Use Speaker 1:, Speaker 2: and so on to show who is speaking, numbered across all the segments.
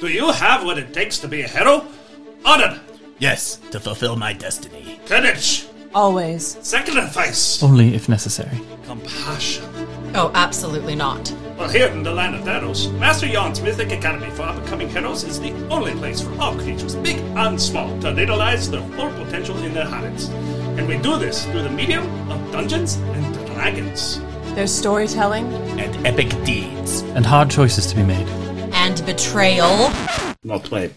Speaker 1: Do you have what it takes to be a hero? Honor,
Speaker 2: Yes, to fulfill my destiny.
Speaker 1: courage,
Speaker 3: Always.
Speaker 1: sacrifice,
Speaker 4: Only if necessary.
Speaker 1: compassion.
Speaker 5: Oh, absolutely not.
Speaker 1: Well, here in the land of Daros, Master Yon's Mythic Academy for Up-and-Coming Heroes is the only place for all creatures, big and small, to realize their full potential in their habits. And we do this through the medium of Dungeons and Dragons.
Speaker 3: There's storytelling.
Speaker 2: And epic deeds.
Speaker 4: And hard choices to be made.
Speaker 5: And betrayal.
Speaker 1: Not by,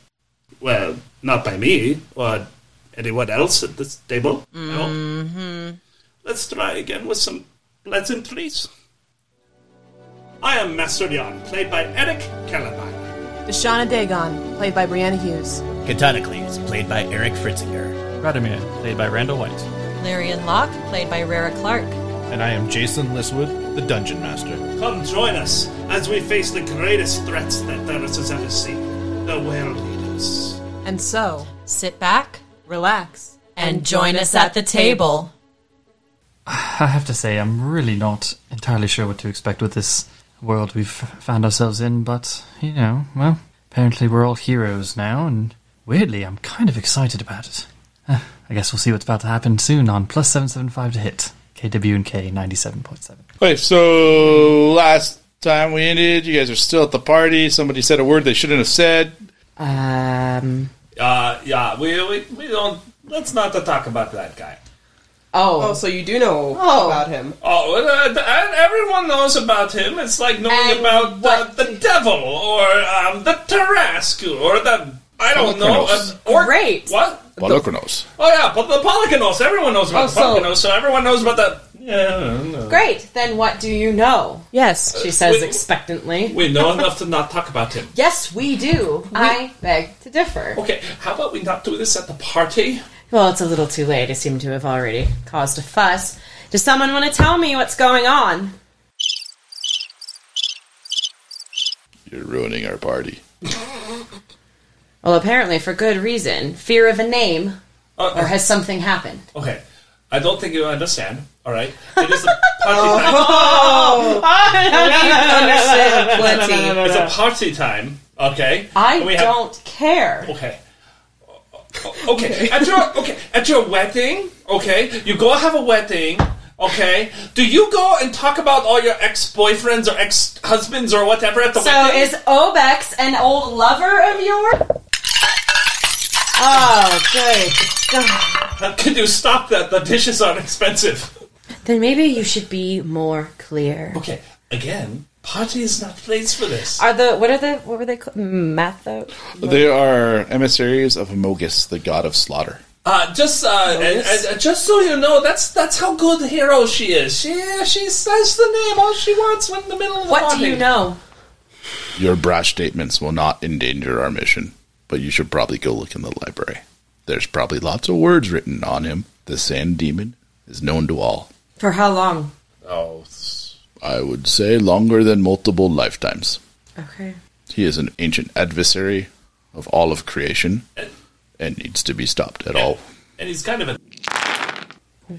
Speaker 1: well, not by me or anyone else at this table. Mm-hmm. Let's try again with some pleasantries. I am Master Yon, played by Eric Kellermeyer.
Speaker 3: Deshana Dagon, played by Brianna Hughes.
Speaker 2: Catatonicles, played by Eric Fritzinger.
Speaker 4: Radomir, played by Randall White.
Speaker 5: Larian Locke, played by Rara Clark.
Speaker 6: And I am Jason Liswood, the Dungeon Master.
Speaker 1: Come join us as we face the greatest threats that Theros has ever seen the world leaders.
Speaker 3: And so,
Speaker 5: Sit back
Speaker 3: relax.
Speaker 5: and join us at the table.
Speaker 4: I have to say, I'm really not entirely sure what to expect with this world we've found ourselves in, but, you know, well, apparently we're all heroes now, and weirdly, I'm kind of excited about it. Uh, I guess we'll see what's about to happen soon on plus 775 to hit. KW and K 97.7.
Speaker 6: Wait, so last time we ended, you guys are still at the party. Somebody said a word they shouldn't have said.
Speaker 7: Um.
Speaker 8: Uh, yeah, we, we, we don't. Let's not talk about that guy.
Speaker 7: Oh.
Speaker 9: Oh, so you do know
Speaker 7: Oh.
Speaker 9: about him.
Speaker 8: Oh, uh, th- and everyone knows about him. It's like knowing
Speaker 7: And
Speaker 8: about
Speaker 7: what-
Speaker 8: the, the devil or um, the Tarrasque or the I don't know.
Speaker 6: Polochronos.
Speaker 8: uh, or,
Speaker 7: Great.
Speaker 8: What?
Speaker 6: Balokronos.
Speaker 8: Oh yeah, but the Polygonos. Everyone knows about
Speaker 7: Oh,
Speaker 8: the
Speaker 7: so-
Speaker 8: Polygonos, so everyone knows about the. Yeah, I don't know.
Speaker 7: Great. Then what do you know?
Speaker 3: Yes.
Speaker 7: She says
Speaker 8: we-
Speaker 7: expectantly.
Speaker 8: we know enough to not talk about him.
Speaker 7: yes, we do. I beg to differ.
Speaker 8: Okay, how about we not do this at the party?
Speaker 7: Well, it's a little too late. I seem to have already caused a fuss. Does someone want to tell me what's going on?
Speaker 6: You're ruining our party.
Speaker 7: Well, apparently for good reason. Fear of a name,
Speaker 8: Uh,
Speaker 7: or has something happened?
Speaker 8: Okay, I don't think you understand. All right, it is a party time.
Speaker 7: Oh. Plenty.
Speaker 8: It's a party time. Okay,
Speaker 7: I
Speaker 8: And we have-
Speaker 7: don't care.
Speaker 8: Okay. O- Okay. At your okay at your wedding, okay, you go have a wedding, okay. Do you go and talk about all your ex boyfriends or ex husbands or whatever at the
Speaker 7: So
Speaker 8: wedding?
Speaker 7: is Obex an old lover of yours? Oh, good.
Speaker 8: Uh, Can you stop that? The dishes are expensive.
Speaker 7: Then maybe you should be more clear.
Speaker 8: Okay. Again, party is not place for this.
Speaker 7: Are the what are the what were they called? Matho?
Speaker 6: They are emissaries of Mogus, the god of slaughter.
Speaker 8: Uh, just uh, and- and- just so you know, that's that's how good hero she is. She she says the name all she wants when in the middle of the
Speaker 7: What do you
Speaker 8: party.
Speaker 7: know?
Speaker 6: Your brash statements will not endanger our mission, but you should probably go look in the library. There's probably lots of words written on him. The sand demon is known to all.
Speaker 7: For how long?
Speaker 6: Oh, I would say longer than multiple lifetimes.
Speaker 7: Okay.
Speaker 6: He is an ancient adversary of all of creation and needs to be stopped at all.
Speaker 8: And he's kind of a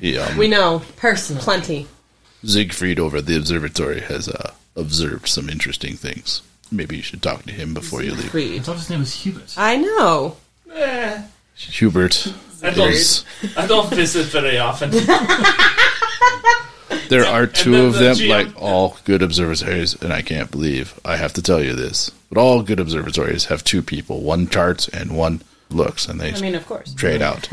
Speaker 6: He, um,
Speaker 9: We know
Speaker 7: Personal.
Speaker 9: plenty.
Speaker 6: Siegfried over at the observatory has uh, observed some interesting things. Maybe you should talk to him before you leave.
Speaker 9: Creed.
Speaker 4: thought his name was Hubert.
Speaker 9: I know.
Speaker 8: eh,
Speaker 6: Hubert
Speaker 8: I don't
Speaker 6: is.
Speaker 8: I don't visit very often.
Speaker 6: There are
Speaker 8: then
Speaker 6: two of
Speaker 8: the
Speaker 6: them,
Speaker 8: GM.
Speaker 6: like all good observatories, and I can't believe I have to tell you this, but all good observatories have two people: one charts and one looks, and they
Speaker 7: I mean, of course.
Speaker 6: trade out.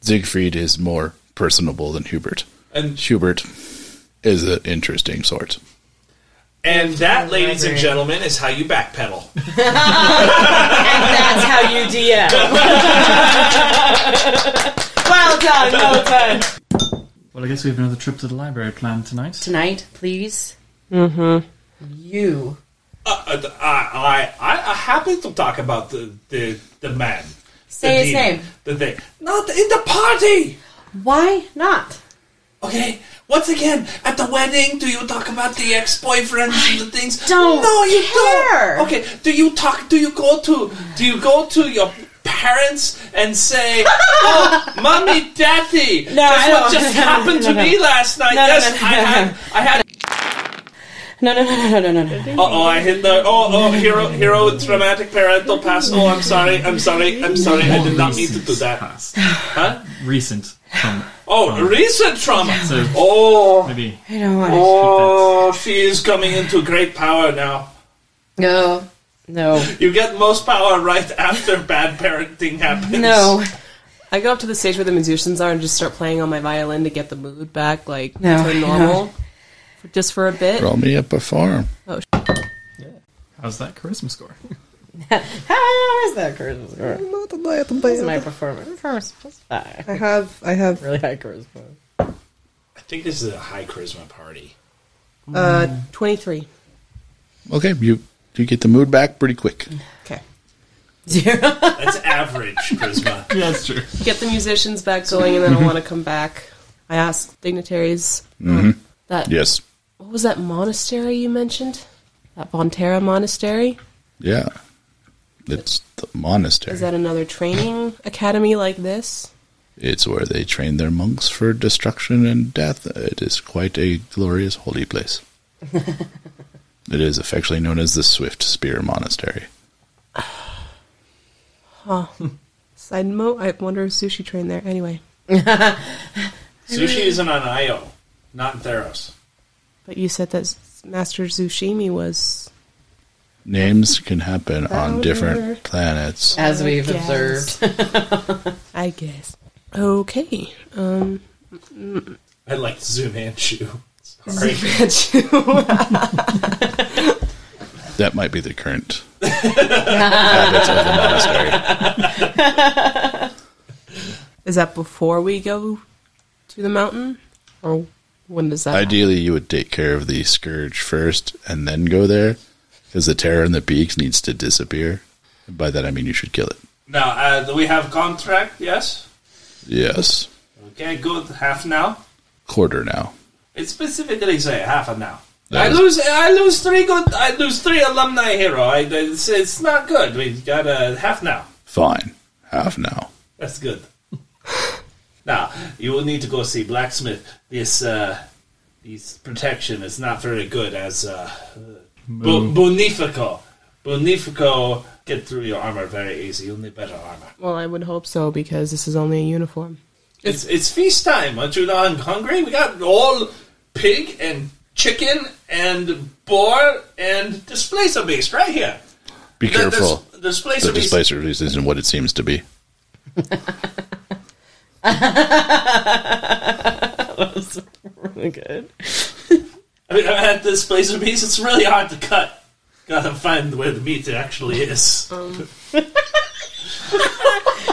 Speaker 6: Siegfried is more personable than Hubert.
Speaker 8: And
Speaker 6: Hubert is an interesting sort.
Speaker 8: and that, ladies and gentlemen, is how you backpedal.
Speaker 7: That's how you DM. well done, well done.
Speaker 4: Well, I guess we have another trip to the library planned tonight.
Speaker 7: Tonight, please.
Speaker 9: You.
Speaker 8: Uh, uh, th- I, I, I, I happy to talk about the the, the man.
Speaker 7: Say
Speaker 8: the
Speaker 7: his
Speaker 8: demon,
Speaker 7: name.
Speaker 8: The thing. Not in the party.
Speaker 7: Why not?
Speaker 8: Okay. Once again, at the wedding, do you talk about the ex-boyfriends and the things?
Speaker 7: don't
Speaker 8: No, you
Speaker 7: care.
Speaker 8: don't. Okay. Do you talk? Do you go to? Do you go to your parents and say, "Oh, mommy, daddy,
Speaker 7: No,
Speaker 8: that's
Speaker 7: I
Speaker 8: what
Speaker 7: don't.
Speaker 8: just happened to me last night.
Speaker 7: no,
Speaker 8: yes,
Speaker 7: no, no,
Speaker 8: I
Speaker 7: no,
Speaker 8: had, I had
Speaker 10: No, no, no, no, no, no, no, no.
Speaker 8: Uh oh, I hit the. Oh, oh, hero, hero, traumatic parental pass. Oh, I'm sorry, I'm sorry, I'm sorry. I did not mean to do that.
Speaker 4: Past.
Speaker 8: Huh?
Speaker 4: Recent. From,
Speaker 8: Oh, recent trauma.
Speaker 4: so
Speaker 8: Oh,
Speaker 4: maybe
Speaker 10: I don't want to.
Speaker 8: oh, she is coming into great power now.
Speaker 10: No, no,
Speaker 8: You get most power right after bad parenting happens.
Speaker 10: no,
Speaker 7: I go up to the stage where the musicians are and just start playing on my violin to get the mood back, like
Speaker 10: No,
Speaker 7: to
Speaker 10: no.
Speaker 7: normal, for, just for a bit.
Speaker 6: Roll me up a farm.
Speaker 4: how's that charisma score?
Speaker 10: How is that charisma score? This is my performance. Performance plus
Speaker 7: I
Speaker 10: five.
Speaker 7: have, I have
Speaker 10: Really high charisma.
Speaker 8: I think this is a high charisma party.
Speaker 7: uh, twenty three.
Speaker 6: Okay, you you get the mood back pretty quick.
Speaker 7: Okay,
Speaker 8: That's average charisma.
Speaker 4: yeah, that's true.
Speaker 7: get the musicians back going, and then I want to come back. I ask dignitaries that
Speaker 6: Yes.
Speaker 7: what was that monastery you mentioned? That Bonterra monastery
Speaker 6: Yeah. It's the monastery.
Speaker 7: is that another training academy like this?
Speaker 6: It's where they train their monks for destruction and death. It is quite a glorious holy place. it is affectionately known as the Swift Spear Monastery.
Speaker 7: Side note: I wonder if sushi trained there. Anyway,
Speaker 8: Sushi isn't on Io, not in Theros.
Speaker 7: but you said that S- Master Zushimi was
Speaker 6: Names can happen on different planets.
Speaker 10: As we've
Speaker 7: Yes.
Speaker 10: observed.
Speaker 7: I guess. Okay. Um,
Speaker 8: I like Zoom and Shu. Sorry.
Speaker 6: That might be the current habits of the monastery.
Speaker 7: is that before we go to the mountain, or when does that? happen?
Speaker 6: Ideally, you would take care of the scourge first and then go there, because the terror in the peaks needs to disappear. And by that, I mean you should kill it.
Speaker 8: Now, uh, do we have contract? Yes?
Speaker 6: Yes,
Speaker 8: Okay, good. Half now.
Speaker 6: quarter now.
Speaker 8: It specifically say half an hour.
Speaker 6: That
Speaker 8: I
Speaker 6: is-
Speaker 8: lose. I lose three good. I lose three alumni hero. I, it's, it's not good. We got a half now.
Speaker 6: Fine, half now.
Speaker 8: That's good. now you will need to go see blacksmith. This uh, this protection is not very good. As uh, Bu- Bonifico, Bonifico, get through your armor very easy. You'll need better armor.
Speaker 7: Well, I would hope so because this is only a uniform.
Speaker 8: It's it's feast time. Aren't you not hungry? We got all pig and chicken and boar and displacer beast right here.
Speaker 6: Be
Speaker 8: The-
Speaker 6: careful.
Speaker 8: The, displacer
Speaker 6: the
Speaker 8: beast.
Speaker 6: displacer beast isn't what it seems to be.
Speaker 10: Really good.
Speaker 8: I mean, I had displacer beast. It's really hard to cut. Gotta find where the meat actually is.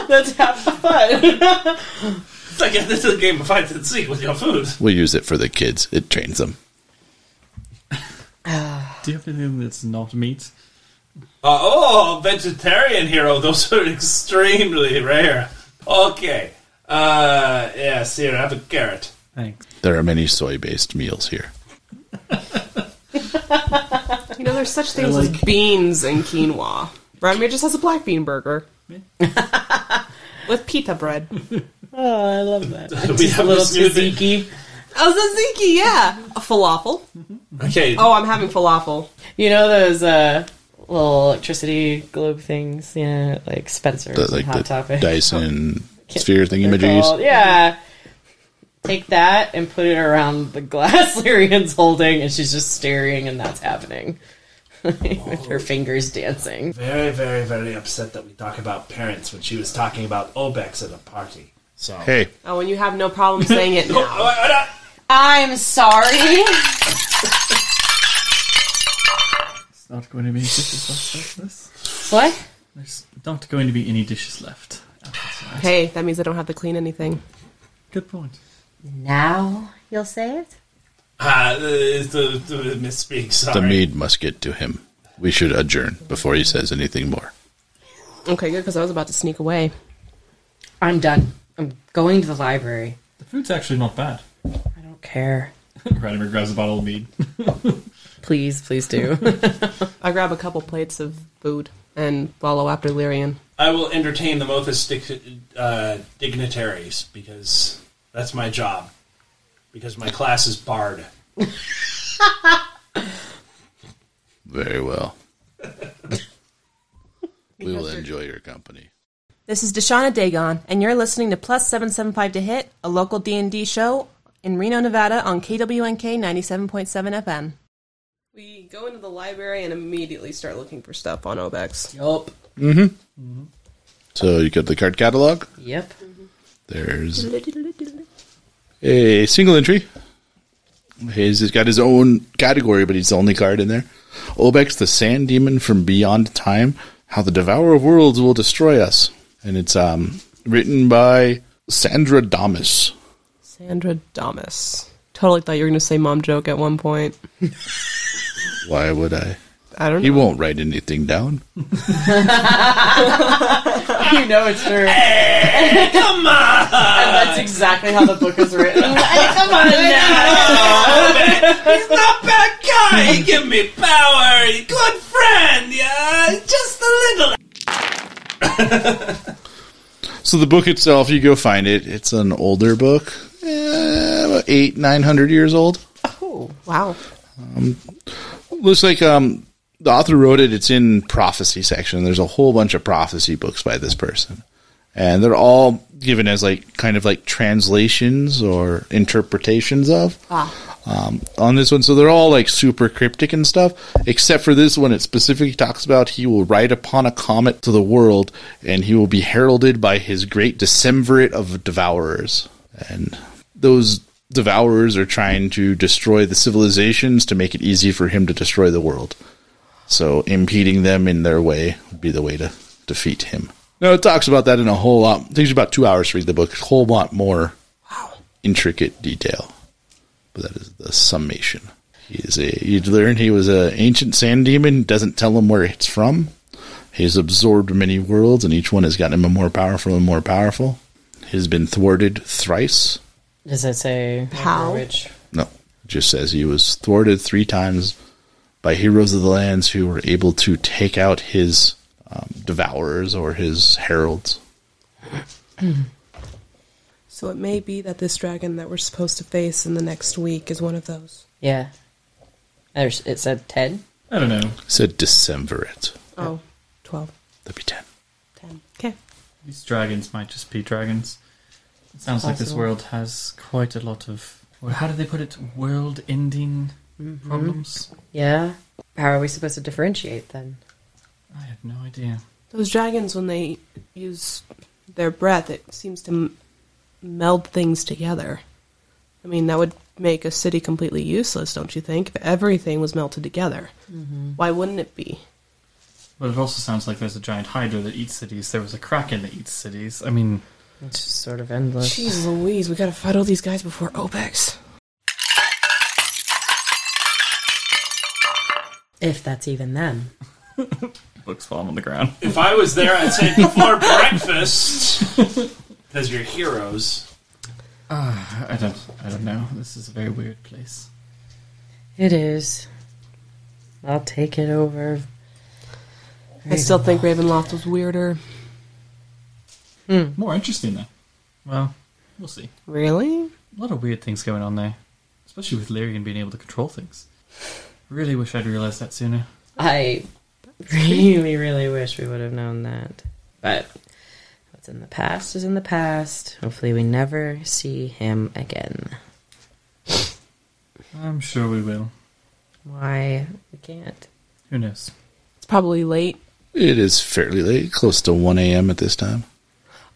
Speaker 10: That's half the fun.
Speaker 8: It's like this is a game of hide and seek with your food.
Speaker 6: We'll use it for the kids. It trains them.
Speaker 4: Do you have anything that's not meat?
Speaker 8: Uh, oh, vegetarian hero. Those are extremely rare. Okay. Uh, yes, here, have a carrot.
Speaker 4: Thanks.
Speaker 6: There are many soy-based meals here.
Speaker 7: You know, there's such things as beans and quinoa. Brownmere just has a black bean burger with pita bread.
Speaker 10: Oh, I love that.
Speaker 8: we
Speaker 10: A
Speaker 8: have
Speaker 10: little
Speaker 8: this new thing.
Speaker 10: tzatziki.
Speaker 7: Oh, tzatziki, yeah, a falafel.
Speaker 8: Okay.
Speaker 7: Oh, I'm having falafel.
Speaker 10: You know those uh, little electricity globe things? Yeah, like Spencer's
Speaker 6: The,
Speaker 10: and
Speaker 6: like
Speaker 10: Hot
Speaker 6: the
Speaker 10: Topic.
Speaker 6: Dyson sphere
Speaker 10: They're
Speaker 6: thingimages.
Speaker 10: called- Yeah. Take that and put it around the glass Lyrian's holding, and she's just staring, and that's happening. With her fingers dancing.
Speaker 8: Very, very, very upset that we talk about parents when she was talking about Obex at a party. So.
Speaker 6: Hey,
Speaker 7: Oh, and you have no problem saying it now.
Speaker 10: I'm sorry.
Speaker 4: It's not going to be any dishes left after this.
Speaker 10: What?
Speaker 4: There's not going to be any dishes left. after this.
Speaker 7: Hey, that means I don't have to clean anything.
Speaker 4: Good point.
Speaker 10: Now you'll say it?
Speaker 8: Ah, uh, the, the, the misspeak, sorry.
Speaker 6: the maid must get to him. We should adjourn before he says anything more.
Speaker 7: Okay, good, because I was about to sneak away.
Speaker 10: I'm done. I'm going to the library.
Speaker 4: The food's actually not bad.
Speaker 10: I don't care.
Speaker 4: Radimer grabs a bottle of mead.
Speaker 10: Please, please do.
Speaker 7: I grab a couple plates of food and follow after Lyrian.
Speaker 8: I will entertain the Mothis dig- uh, dignitaries because that's my job. Because my class is barred.
Speaker 6: Very well. we will enjoy your company.
Speaker 11: This is Deshauna Dagon, and you're listening to Plus 775 to Hit, a local D&D show in Reno, Nevada on KWNK 97.7 FM.
Speaker 7: We go into the library and immediately start looking for stuff on Obex.
Speaker 10: Yup.
Speaker 6: So you got the card catalog.
Speaker 10: Yep.
Speaker 6: There's a single entry. His has got his own category, but he's the only card in there. Obex, the sand demon from beyond time, how the devourer of worlds will destroy us, and it's um written by Sandra Damas.
Speaker 7: Sandra Damas. Totally thought you were going to say mom joke at one point.
Speaker 6: Why would I?
Speaker 7: I don't
Speaker 6: He
Speaker 7: know.
Speaker 6: won't write anything down.
Speaker 10: You know it's true. Hey, come on! And that's exactly how the book is written. hey, come on now!
Speaker 8: He's not a bad guy. He give me power. He's a good friend. Yeah, just a little.
Speaker 6: So the book itself, you go find it. It's an older book, eh, about eight nine hundred years old. Um,
Speaker 7: Oh, wow.
Speaker 6: looks like um the author wrote it it's in prophecy section there's a whole bunch of prophecy books by this person and they're all given as like kind of like translations or interpretations of
Speaker 7: Ah.
Speaker 6: um, on this one so they're all like super cryptic and stuff except for this one it specifically talks about he will ride upon a comet to the world and he will be heralded by his great decemvirate of devourers and those devourers are trying to destroy the civilizations to make it easy for him to destroy the world. So impeding them in their way would be the way to defeat him. No, it talks about that in a whole lot. It takes you about two hours to read the book. A whole lot more intricate detail. But that is the summation. He is a you learn he was an ancient sand demon, doesn't tell him where it's from. He's absorbed many worlds and each one has gotten him more powerful and more powerful. He's been thwarted thrice.
Speaker 10: Does it say
Speaker 7: How?
Speaker 10: Which
Speaker 6: No, it just says he was thwarted three times by heroes of the lands who were able to take out his um, devourers or his heralds.
Speaker 7: So it may be that this dragon that we're supposed to face in the next week is one of those.
Speaker 10: Yeah. There's, it said Ted.
Speaker 4: I don't know.
Speaker 6: It said Decemvirate.
Speaker 7: Oh, 12.
Speaker 6: That'd be ten.
Speaker 7: Okay.
Speaker 4: These dragons might just be dragons. It sounds like this
Speaker 10: Possible.
Speaker 4: world has quite a lot of. Or how do they put it? World ending
Speaker 10: Mm-hmm.
Speaker 4: problems?
Speaker 10: Yeah. How are we supposed to differentiate then?
Speaker 4: I have no idea.
Speaker 7: Those dragons, when they use their breath, it seems to m- meld things together. I mean, that would make a city completely useless, don't you think? If everything was melted together, why wouldn't it be?
Speaker 4: But it also sounds like there's a giant hydra that eats cities. There was a kraken that eats cities. I mean,
Speaker 10: It's just sort of endless.
Speaker 7: Jeez Louise, we gotta fight all these guys before Obex.
Speaker 10: If that's even them.
Speaker 4: books fall on the ground.
Speaker 8: If I was there, I'd say before breakfast, because you're heroes.
Speaker 4: I don't. I don't know. This is a very weird place.
Speaker 10: It is. I'll take it over.
Speaker 7: I still think Ravenloft was weirder.
Speaker 4: More interesting though. Well, we'll see.
Speaker 7: Really?
Speaker 4: A lot of weird things going on there, especially with Lyrian being able to control things. Really wish I'd realized that sooner.
Speaker 10: I really, really wish we would have known that. But what's in the past is in the past. Hopefully, we never see him again.
Speaker 4: I'm sure we will.
Speaker 10: Why? We can't.
Speaker 4: Who knows?
Speaker 7: It's probably late.
Speaker 6: It is fairly late, close to one a.m. at this time.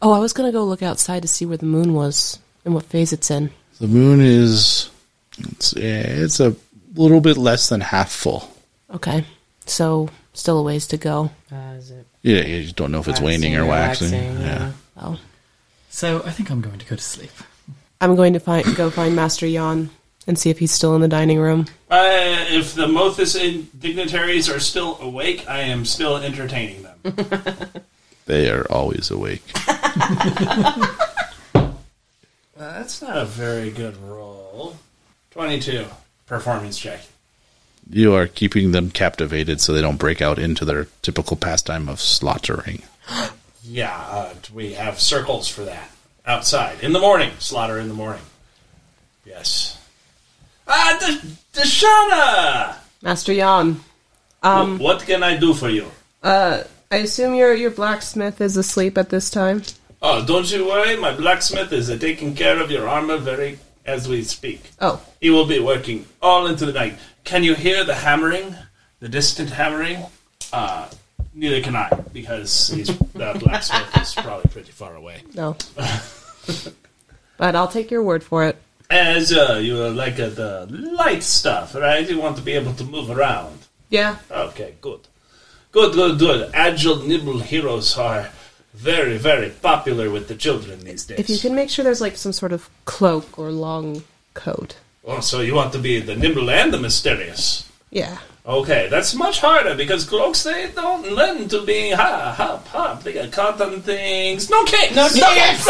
Speaker 7: Oh, I was gonna go look outside to see where the moon was and what phase it's in.
Speaker 6: The moon is it's, eh, it's a little bit less than half full.
Speaker 7: Okay, so still a ways to go.
Speaker 10: Uh, is it
Speaker 6: Yeah, you just don't know if it's waning or waxing. Yeah.
Speaker 7: Well,
Speaker 4: So I think I'm going to go to sleep.
Speaker 7: I'm going to find go find Master Jan and see if he's still in the dining room.
Speaker 8: Uh, if the Mothis in- dignitaries are still awake, I am still entertaining them. Uh,
Speaker 6: they are always awake.
Speaker 8: that's not a very good roll. 22. Performance check.
Speaker 6: You are keeping them captivated so they don't break out into their typical pastime of slaughtering.
Speaker 8: Yeah, uh, we have circles for that. Outside. In the morning. Slaughter in the morning. Yes. Ah, D- Deshana!
Speaker 7: Master Jan, Um,
Speaker 8: what can I do for you?
Speaker 7: Uh, I assume your your blacksmith is asleep at this time.
Speaker 8: Oh, don't you worry. My blacksmith is uh, taking care of your armor very as we speak.
Speaker 7: Oh,
Speaker 8: He will be working all into the night. Can you hear the hammering? The distant hammering? Uh, neither can I, because he's, the blacksmith is probably pretty far away.
Speaker 7: no. but I'll take your word for it.
Speaker 8: As uh, you are like uh, the light stuff, right? You want to be able to move around.
Speaker 7: Yeah.
Speaker 8: Okay, good. Good, good, good. Agile, nimble heroes are very, very popular with the children these days.
Speaker 7: If you can make sure there's like some sort of cloak or long coat.
Speaker 8: Oh, so you want to be the nimble and the mysterious.
Speaker 7: Yeah.
Speaker 8: Okay, that's much harder because cloaks they don't lend to being ha hop hop. They got caught on things. No capes. No capes.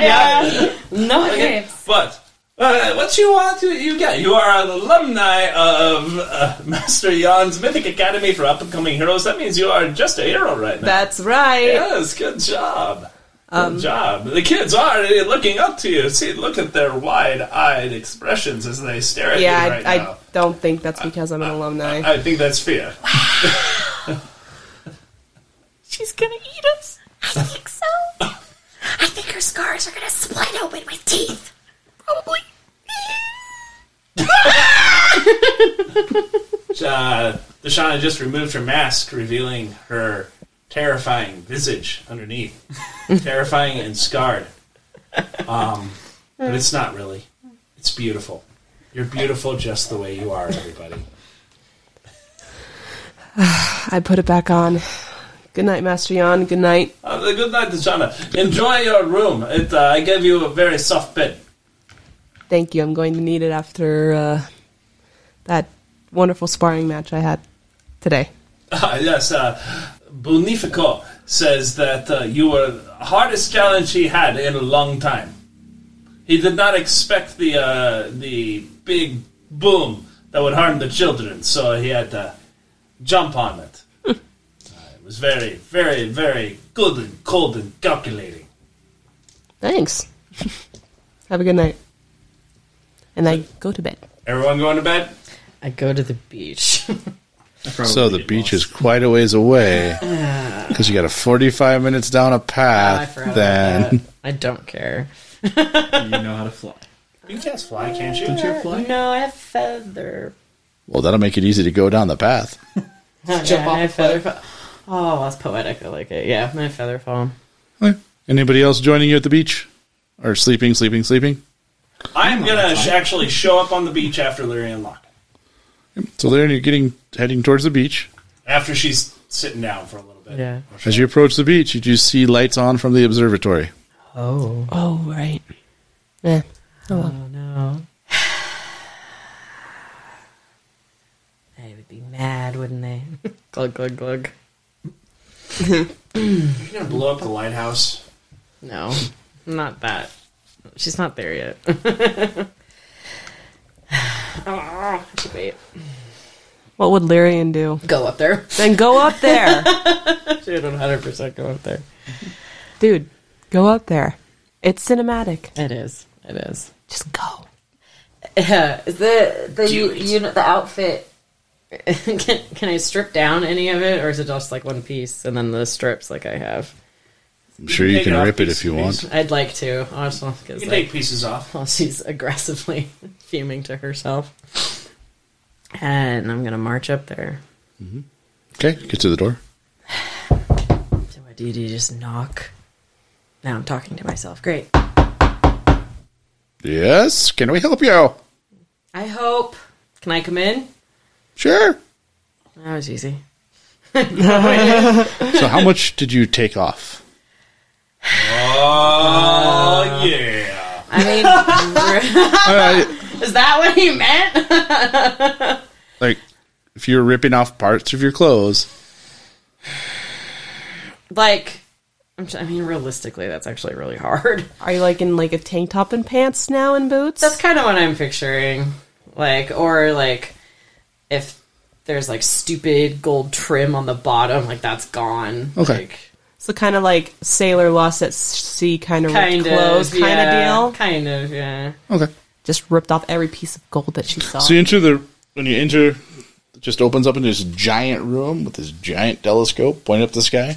Speaker 10: No,
Speaker 8: Okay, but uh, what you want to you get? You are an alumni of uh, Master Jan's Mythic Academy for up and coming heroes. That means you are just a hero right now.
Speaker 7: That's right.
Speaker 8: Yes, good job. Good
Speaker 7: Um,
Speaker 8: job. The kids are looking up to you. See, look at their wide-eyed expressions as they stare at
Speaker 7: Yeah, I,
Speaker 8: you right now.
Speaker 7: I don't think that's because I'm an alumni.
Speaker 8: I think that's fear.
Speaker 12: She's gonna eat us. I think so. I think her scars are gonna split open with teeth. Probably.
Speaker 8: Uh, Dashana just removed her mask, revealing her terrifying visage underneath. terrifying and scarred. Um, but it's not really. It's beautiful. You're beautiful just the way you are, everybody.
Speaker 7: I put it back on. Good night, Master Yon. Good night.
Speaker 8: Uh, good night, Dashana. Enjoy your room. It, uh, I gave you a very soft bed.
Speaker 7: Thank you. I'm going to need it after uh, that wonderful sparring match I had today.
Speaker 8: Ah, yes, uh, Bonifico says that uh, you were the hardest challenge he had in a long time. He did not expect the uh, the big boom that would harm the children, so he had to jump on it. Uh, it was very, very, very good and cold and calculating.
Speaker 7: Thanks. Have a good night. And I go to bed.
Speaker 8: Everyone going to bed?
Speaker 10: I go to the beach.
Speaker 6: So the beach is quite a ways away because you got a 45 minutes down a
Speaker 10: Oh, I
Speaker 6: path.
Speaker 10: forgot
Speaker 6: then
Speaker 10: about that. I don't care.
Speaker 4: You know how to fly.
Speaker 8: You guys fly, can't you?
Speaker 4: Don't you fly?
Speaker 10: No, I have feather.
Speaker 6: well, that'll make it easy to go down the path.
Speaker 10: Oh, yeah, I have feather. Fo- oh, that's poetic. I like it. Yeah, my feather foam.
Speaker 6: Okay. Anybody else joining you at the beach or sleeping, sleeping, sleeping?
Speaker 8: I'm gonna sh- actually show up on the beach after Larry and Locke.
Speaker 6: So there you're getting heading towards the beach.
Speaker 8: After she's sitting down for a little bit.
Speaker 10: Yeah.
Speaker 6: As you approach the beach, you do see lights on from the observatory.
Speaker 10: Oh.
Speaker 7: Oh, right. Yeah.
Speaker 10: Oh no. They would be mad, wouldn't they? glug glug glug.
Speaker 8: You're gonna blow up the lighthouse.
Speaker 10: No, not that. She's not there yet. oh, wait.
Speaker 7: What would Lyrian do?
Speaker 10: Go up there.
Speaker 7: Then go up there.
Speaker 10: She would 100% go up there.
Speaker 7: Dude, go up there. It's cinematic.
Speaker 10: It is. It is.
Speaker 7: Just go.
Speaker 10: the the you, you know, the outfit. can, can I strip down any of it, or is it just like one piece and then the strips like I have?
Speaker 6: I'm sure you
Speaker 8: Take it
Speaker 6: can
Speaker 8: off
Speaker 6: rip it
Speaker 8: piece
Speaker 6: if you
Speaker 8: to
Speaker 6: want.
Speaker 8: piece.
Speaker 10: I'd like to, honestly,
Speaker 8: You
Speaker 10: because
Speaker 8: can
Speaker 10: like,
Speaker 8: take pieces off.
Speaker 10: while she's aggressively fuming to herself, and I'm gonna march up there.
Speaker 6: Okay, get to the door.
Speaker 10: So what do you do? You just knock. Now I'm talking to myself. Great.
Speaker 6: Yes, can we help you?
Speaker 10: I hope. Can I come in?
Speaker 6: Sure.
Speaker 10: That was easy.
Speaker 6: So how much did you take off?
Speaker 8: Oh yeah.
Speaker 10: I mean,
Speaker 6: I-
Speaker 10: is that what he meant?
Speaker 6: like, if you're ripping off parts of your clothes,
Speaker 10: like, I'm tr- I mean, realistically, that's actually really hard.
Speaker 7: Are you like in like a tank top and pants now and boots?
Speaker 10: That's kind of what I'm picturing. Like, or like, if there's like stupid gold trim on the bottom, like that's gone.
Speaker 6: Okay.
Speaker 10: Like,
Speaker 7: so kind of like sailor lost at sea kind of
Speaker 10: kind
Speaker 7: clothes
Speaker 10: of,
Speaker 7: kind
Speaker 10: yeah,
Speaker 7: of deal.
Speaker 10: Kind of, yeah.
Speaker 6: okay.
Speaker 7: Just ripped off every piece of gold that she saw.
Speaker 6: So you enter the when you enter the just opens up into this giant room with this giant telescope pointed up the sky.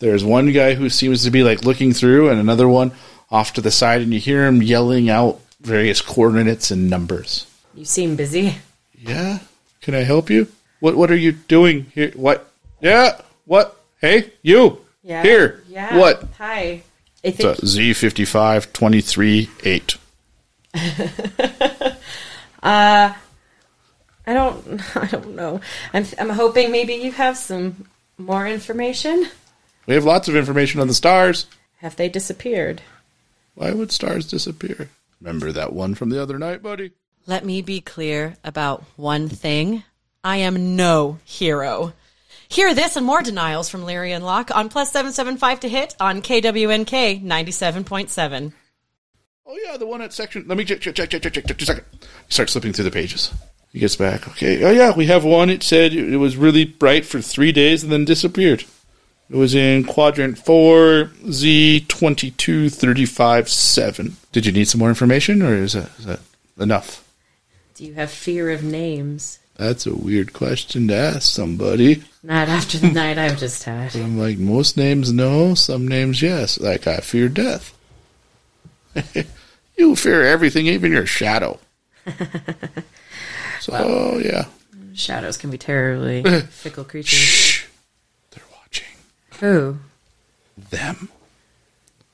Speaker 6: There's one guy who seems to be like looking through, and another one off to the side, and you hear him yelling out various coordinates and numbers.
Speaker 10: You seem busy.
Speaker 6: Yeah, can I help you? What What are you doing here? What? Yeah, what? Hey, you?
Speaker 10: Yeah.
Speaker 6: Here?
Speaker 10: Yeah.
Speaker 6: What?
Speaker 10: Hi. I
Speaker 6: It's a
Speaker 10: think
Speaker 6: Z55 23 8.
Speaker 10: I don't. I don't know. I'm. I'm hoping maybe you have some more information.
Speaker 6: We have lots of information on the stars.
Speaker 10: Have they disappeared?
Speaker 6: Why would stars disappear? Remember that one from the other night, buddy?
Speaker 5: Let me be clear about one thing. I am no hero. Hear this and more denials from Larry and Locke on plus 775 to hit on KWNK 97.7.
Speaker 6: Oh yeah, the one at section. Let me check, check, check, check, check, check, check. Just a second. You start slipping through the pages. He gets back. Okay. Oh yeah, we have one. It said it was really bright for three days and then disappeared. It was in quadrant four Z twenty two thirty five seven. Did you need some more information, or is that, is that enough?
Speaker 10: Do you have fear of names?
Speaker 6: That's a weird question to ask somebody.
Speaker 10: Not after the night I've just had.
Speaker 6: I'm like, most names no, some names yes. Like, I fear death. you fear everything, even your shadow. so, oh, yeah.
Speaker 10: Shadows can be terribly fickle creatures.
Speaker 6: Shh. They're watching.
Speaker 10: Who?
Speaker 6: Them.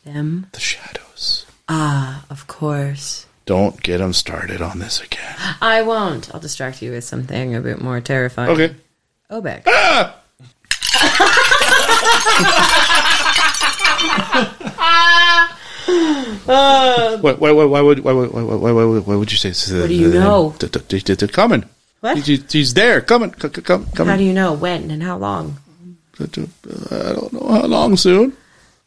Speaker 10: Them?
Speaker 6: The shadows.
Speaker 10: Ah, of course.
Speaker 6: Don't get them started on this again.
Speaker 10: I won't. I'll distract you with something a bit more terrifying.
Speaker 6: Okay.
Speaker 10: Obek.
Speaker 6: Why, why, why, why, would, why, would- why, why, why, why would you say
Speaker 10: What do you know?
Speaker 6: They're coming.
Speaker 10: What?
Speaker 6: He's, he's- he's there. Coming. C- c- Come,
Speaker 10: How do
Speaker 6: coming. Uh,
Speaker 10: you know when and how long?
Speaker 6: I don't know how long soon.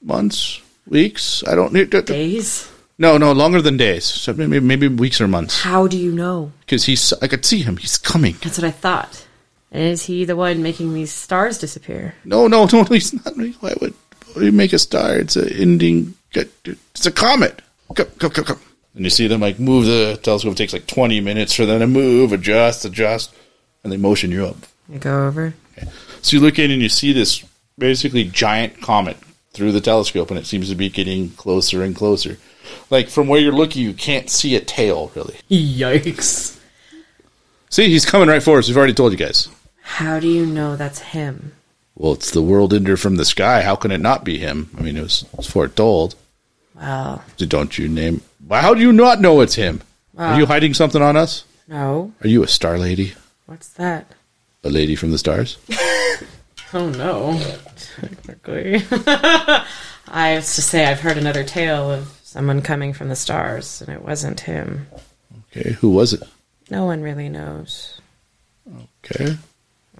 Speaker 6: Months. Weeks. I don't need.
Speaker 10: Days?
Speaker 6: No, no, longer than days. So maybe, maybe weeks or months.
Speaker 10: How do you know?
Speaker 6: Because he's, I could see him. He's coming.
Speaker 10: That's what I thought. And is he the one making these stars disappear?
Speaker 6: No, no, no, he's not. Why would why would he make a star? It's a ending. It's a comet. Come, come, come, come. And you see them like move the telescope. It takes like twenty minutes for them to move, adjust, adjust, and they motion you up.
Speaker 10: I go over.
Speaker 6: So you look in and you see this basically giant comet through the telescope, and it seems to be getting closer and closer. Like from where you're looking, you can't see a tail really.
Speaker 10: Yikes.
Speaker 6: See, he's coming right for us. We've already told you guys.
Speaker 10: How do you know that's him?
Speaker 6: Well, it's the world ender from the sky. How can it not be him? I mean, it was, it was foretold.
Speaker 10: Well,
Speaker 6: Don't you name? Why? How do you not know it's him? Are you hiding something on us?
Speaker 10: no.
Speaker 6: Are you a star lady?
Speaker 10: What's that?
Speaker 6: A lady from the stars?
Speaker 10: Oh no. Technically. I was to say I've heard another tale of someone coming from the stars, and it wasn't him.
Speaker 6: Okay, who was it?
Speaker 10: No one really knows.
Speaker 6: Okay,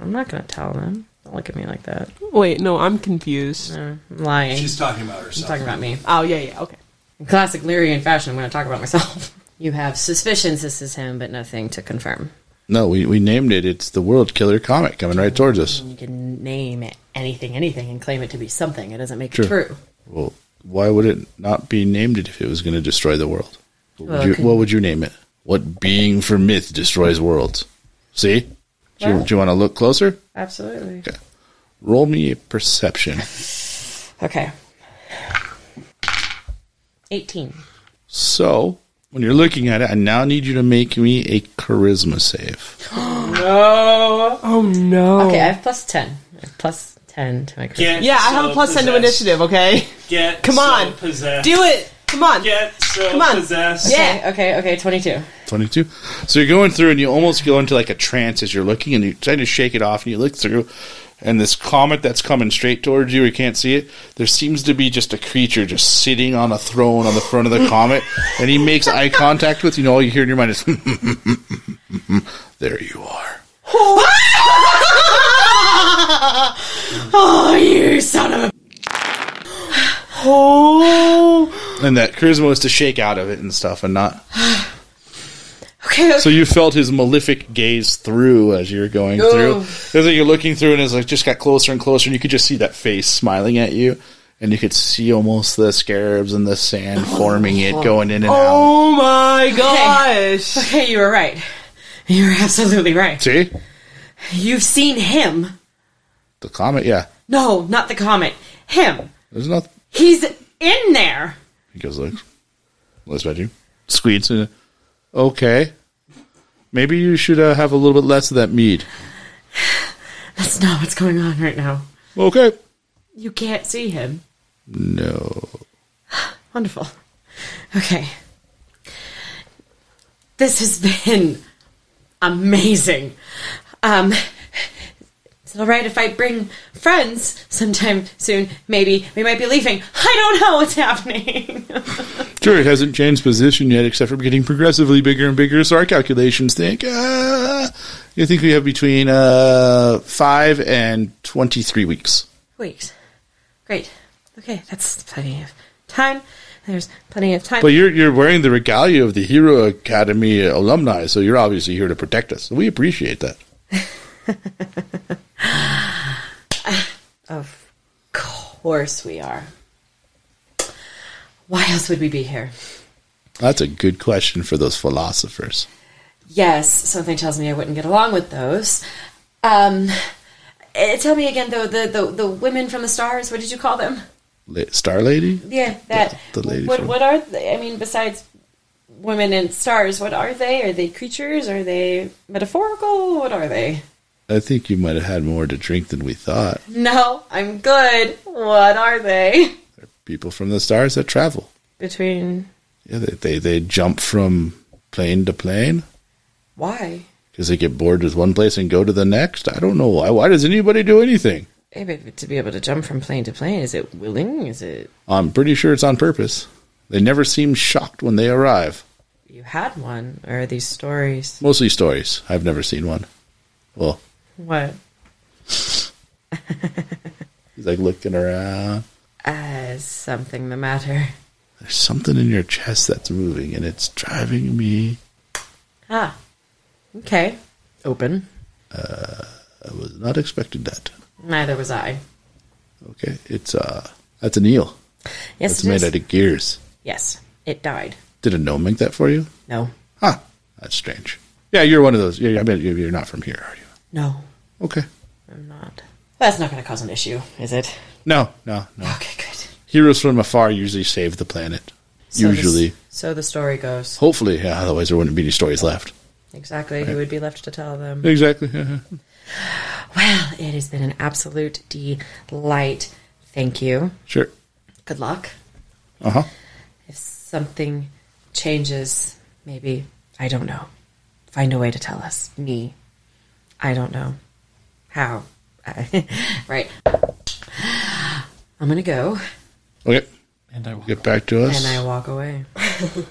Speaker 10: I'm not gonna tell them. Don't look at me like that.
Speaker 7: Wait, no, I'm confused.
Speaker 10: No, I'm lying.
Speaker 3: She's talking about
Speaker 10: I'm
Speaker 3: herself.
Speaker 10: talking about me.
Speaker 7: Oh, yeah, yeah, okay.
Speaker 10: In classic Lyrian fashion, I'm gonna talk about myself. You have suspicions this is him, but nothing to confirm.
Speaker 6: no, we, we named it. It's the World Killer Comet coming right towards us.
Speaker 10: You can name it anything, anything, and claim it to be something. It doesn't make it
Speaker 6: Sure.
Speaker 10: true.
Speaker 6: Well, why would it not be named it if it was going to destroy the world? What would,
Speaker 10: Well,
Speaker 6: you,
Speaker 10: could-
Speaker 6: what would you name it? What being for myth destroys worlds? See? Do you,
Speaker 10: Well-
Speaker 6: do you want to look closer?
Speaker 10: Absolutely.
Speaker 6: Roll me a perception.
Speaker 10: Okay. 18.
Speaker 6: So, when you're looking at it, I now need you to make me a charisma save.
Speaker 7: Oh, no.
Speaker 10: Okay, I have plus 10. I have plus 10 to my charisma.
Speaker 8: Get
Speaker 7: Yeah, I have
Speaker 8: so
Speaker 7: a plus 10 to
Speaker 8: possessed.
Speaker 7: initiative, okay?
Speaker 8: Get
Speaker 7: Come
Speaker 8: so
Speaker 7: on.
Speaker 8: possessed.
Speaker 7: Do it! Come on!
Speaker 8: Get so
Speaker 7: Come on.
Speaker 8: possessed.
Speaker 7: Yeah.
Speaker 10: Okay, okay, okay, 22.
Speaker 6: 22. So you're going through and you almost go into like a trance as you're looking and you try to shake it off and you look through and this comet that's coming straight towards you, you can't see it. There seems to be just a creature just sitting on a throne on the front of the comet and he makes eye contact with you and all you hear in your mind is there you are.
Speaker 10: Oh, you son of a.
Speaker 6: And that charisma was to shake out of it and stuff and not
Speaker 10: Okay, okay.
Speaker 6: So you felt his malefic gaze through as you're going through. As you're looking through, and it's like just got closer and closer, and you could just see that face smiling at you, and you could see almost the scarabs and the sand forming it, going in and out.
Speaker 7: Oh, my gosh!
Speaker 10: okay, you were right. You were absolutely right.
Speaker 6: See,
Speaker 10: You've seen him.
Speaker 6: The comet, yeah.
Speaker 10: No, not the comet. Him.
Speaker 6: There's nothing.
Speaker 10: He's in there.
Speaker 6: He goes like, "Less about you." Squeeds. And, okay, maybe you should uh, have a little bit less of that mead.
Speaker 10: That's not what's going on right now.
Speaker 6: Okay.
Speaker 10: You can't see him.
Speaker 6: No.
Speaker 10: Wonderful. Okay. This has been amazing. Um, is it all right if I bring friends sometime soon? Maybe we might be leaving. I don't know what's happening.
Speaker 6: Sure, it hasn't changed position yet, except for getting progressively bigger and bigger. So our calculations think uh, you think we have between uh, five and twenty-three weeks.
Speaker 10: Wait. Great. Okay, that's plenty of time. There's plenty of time.
Speaker 6: But you're you're wearing the regalia of the Hero Academy alumni, so you're obviously here to protect us. We appreciate that.
Speaker 10: Of course we are. Why else would we be here?
Speaker 6: That's a good question for those philosophers.
Speaker 10: Yes, something tells me I wouldn't get along with those. Um, eh, tell me again, though, the, the, the women from the stars, what did you call them?
Speaker 6: La- Star Lady,
Speaker 10: Yeah, that.
Speaker 6: the lady.
Speaker 10: what,
Speaker 6: from-
Speaker 10: what are they? I mean, besides women and stars, what are they? Are they creatures? Are they metaphorical? What are they?
Speaker 6: I think you might have had more to drink than we thought.
Speaker 10: No, I'm good. What are they?
Speaker 6: People from the stars that travel.
Speaker 10: Between.
Speaker 6: Yeah, they they, they jump from plane to plane
Speaker 10: Why?
Speaker 6: because they get bored with one place and go to the next. I don't know why. Why does anybody do anything?
Speaker 10: Eh, but to be able to jump from plane to plane, is it willing? Is it.
Speaker 6: I'm pretty sure it's on purpose. They never seem shocked when they arrive.
Speaker 10: You had one, or are these stories?
Speaker 6: Mostly stories. I've never seen one. Well,
Speaker 10: What?
Speaker 6: he's like looking around.
Speaker 10: Uh, something the matter.
Speaker 6: There's something in your chest that's moving and it's driving me.
Speaker 10: Ah. Okay. Open.
Speaker 6: I was not expecting that.
Speaker 10: Neither was I.
Speaker 6: Okay, it's uh, that's an eel.
Speaker 10: Yes,
Speaker 6: it's
Speaker 10: it
Speaker 6: made
Speaker 10: is.
Speaker 6: out of gears.
Speaker 10: Yes, it died.
Speaker 6: Did a gnome make that for you?
Speaker 10: No.
Speaker 6: Huh. That's strange. Yeah, you're one of those. Yeah, I bet you- you're not from here, are you?
Speaker 10: No,
Speaker 6: Okay.
Speaker 10: I'm not. That's not going to cause an issue, is it?
Speaker 6: No, no, no.
Speaker 10: Okay, good.
Speaker 6: Heroes from afar usually save the planet.
Speaker 10: So the-
Speaker 6: usually,
Speaker 10: so the story goes.
Speaker 6: hopefully, yeah. Otherwise, there wouldn't be any stories left.
Speaker 10: Exactly. Who would be left to tell them?
Speaker 6: Exactly.
Speaker 10: Well, it has been an absolute delight. Thank you.
Speaker 6: sure.
Speaker 10: Good luck.
Speaker 6: Uh huh.
Speaker 10: If something changes, maybe, I don't know. Find a way to tell us. Me. I don't know. How? I- right. I'm going to go.
Speaker 6: Okay.
Speaker 4: And I will.
Speaker 6: Get back to us.
Speaker 10: And I walk away.
Speaker 7: I'm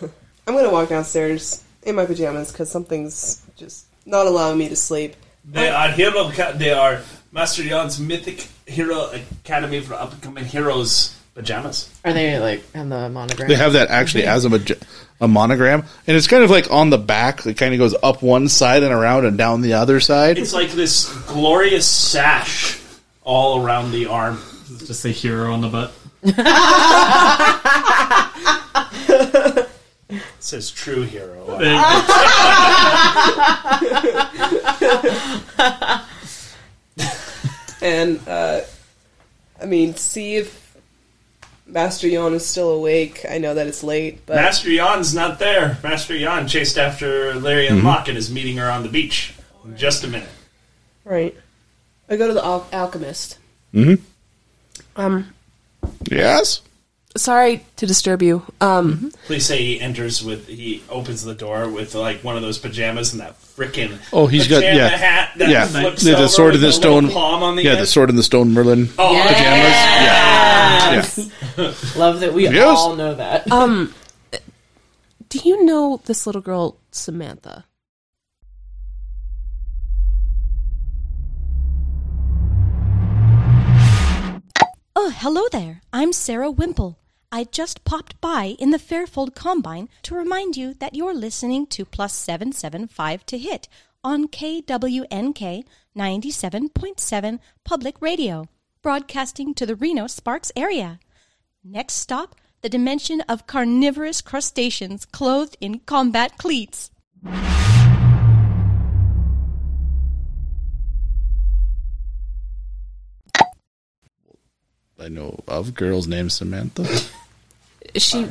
Speaker 7: gonna walk downstairs in my pajamas because something's just not allowing me to sleep.
Speaker 8: They are hero. Ca- They are Master Jan's Mythic Hero Academy for up and coming heroes pajamas.
Speaker 10: Are they like on the monogram?
Speaker 6: They have that actually as a, maj- a monogram, and it's kind of like on the back. It kind of goes up one side and around and down the other side.
Speaker 8: It's like this glorious sash all around the arm.
Speaker 4: Just say hero on the butt.
Speaker 8: It says "True Hero."
Speaker 7: And uh, I mean, see if Master Yon is still awake. I know that it's late, but
Speaker 8: Master Jan's not there. Master Jan chased after Larry
Speaker 4: Mm-hmm.
Speaker 8: and Locke and is meeting her on the beach in just a minute.
Speaker 7: right. I go to the al- alchemist.
Speaker 6: Mm-hmm.
Speaker 7: Um,
Speaker 6: Yes.
Speaker 7: sorry to disturb you. Um,
Speaker 8: Please say he enters with he opens the door with like one of those pajamas and that frickin'
Speaker 6: Oh, he's got
Speaker 8: pajama
Speaker 6: yeah,
Speaker 8: hat that
Speaker 6: yeah,
Speaker 8: flips
Speaker 6: yeah. The
Speaker 8: over
Speaker 6: sword
Speaker 8: with
Speaker 6: in the
Speaker 8: a little
Speaker 6: stone
Speaker 8: palm on the
Speaker 6: yeah,
Speaker 8: end.
Speaker 6: the sword in the stone Merlin
Speaker 8: Oh,
Speaker 6: pajamas. Yeah, yeah.
Speaker 10: Love that we
Speaker 6: Yes.
Speaker 10: all know that.
Speaker 7: um, do you know this little girl Samantha?
Speaker 3: Oh, hello there. I'm Sarah Wimple. I just popped by in the Fairfold Combine to remind you that you're listening to Plus 775 to Hit on KWNK 97.7 Public Radio, broadcasting to the Reno Sparks area. Next stop, the dimension of carnivorous crustaceans clothed in combat cleats.
Speaker 6: I know of girl's named Samantha.
Speaker 7: She,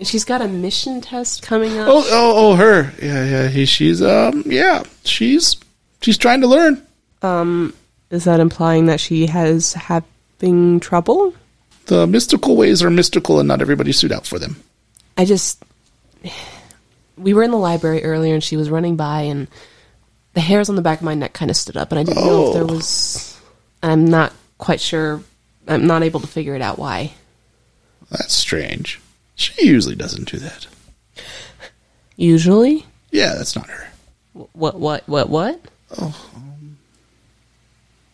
Speaker 7: she's got a mission test coming up.
Speaker 6: oh, oh, oh, her. Yeah, yeah. He, she's um, yeah. She's she's trying to learn.
Speaker 7: Um, is that implying that she has having trouble?
Speaker 6: The mystical ways are mystical, and not everybody suit out for them.
Speaker 7: I just we were in the library earlier and she was running by and the hairs on the back of my neck kind of stood up and I didn't know if there was I'm not quite sure I'm not able to figure it out why.
Speaker 6: That's strange. She usually doesn't do that.
Speaker 7: Usually?
Speaker 6: Yeah, that's not her.
Speaker 7: What what what what?
Speaker 6: Oh. um,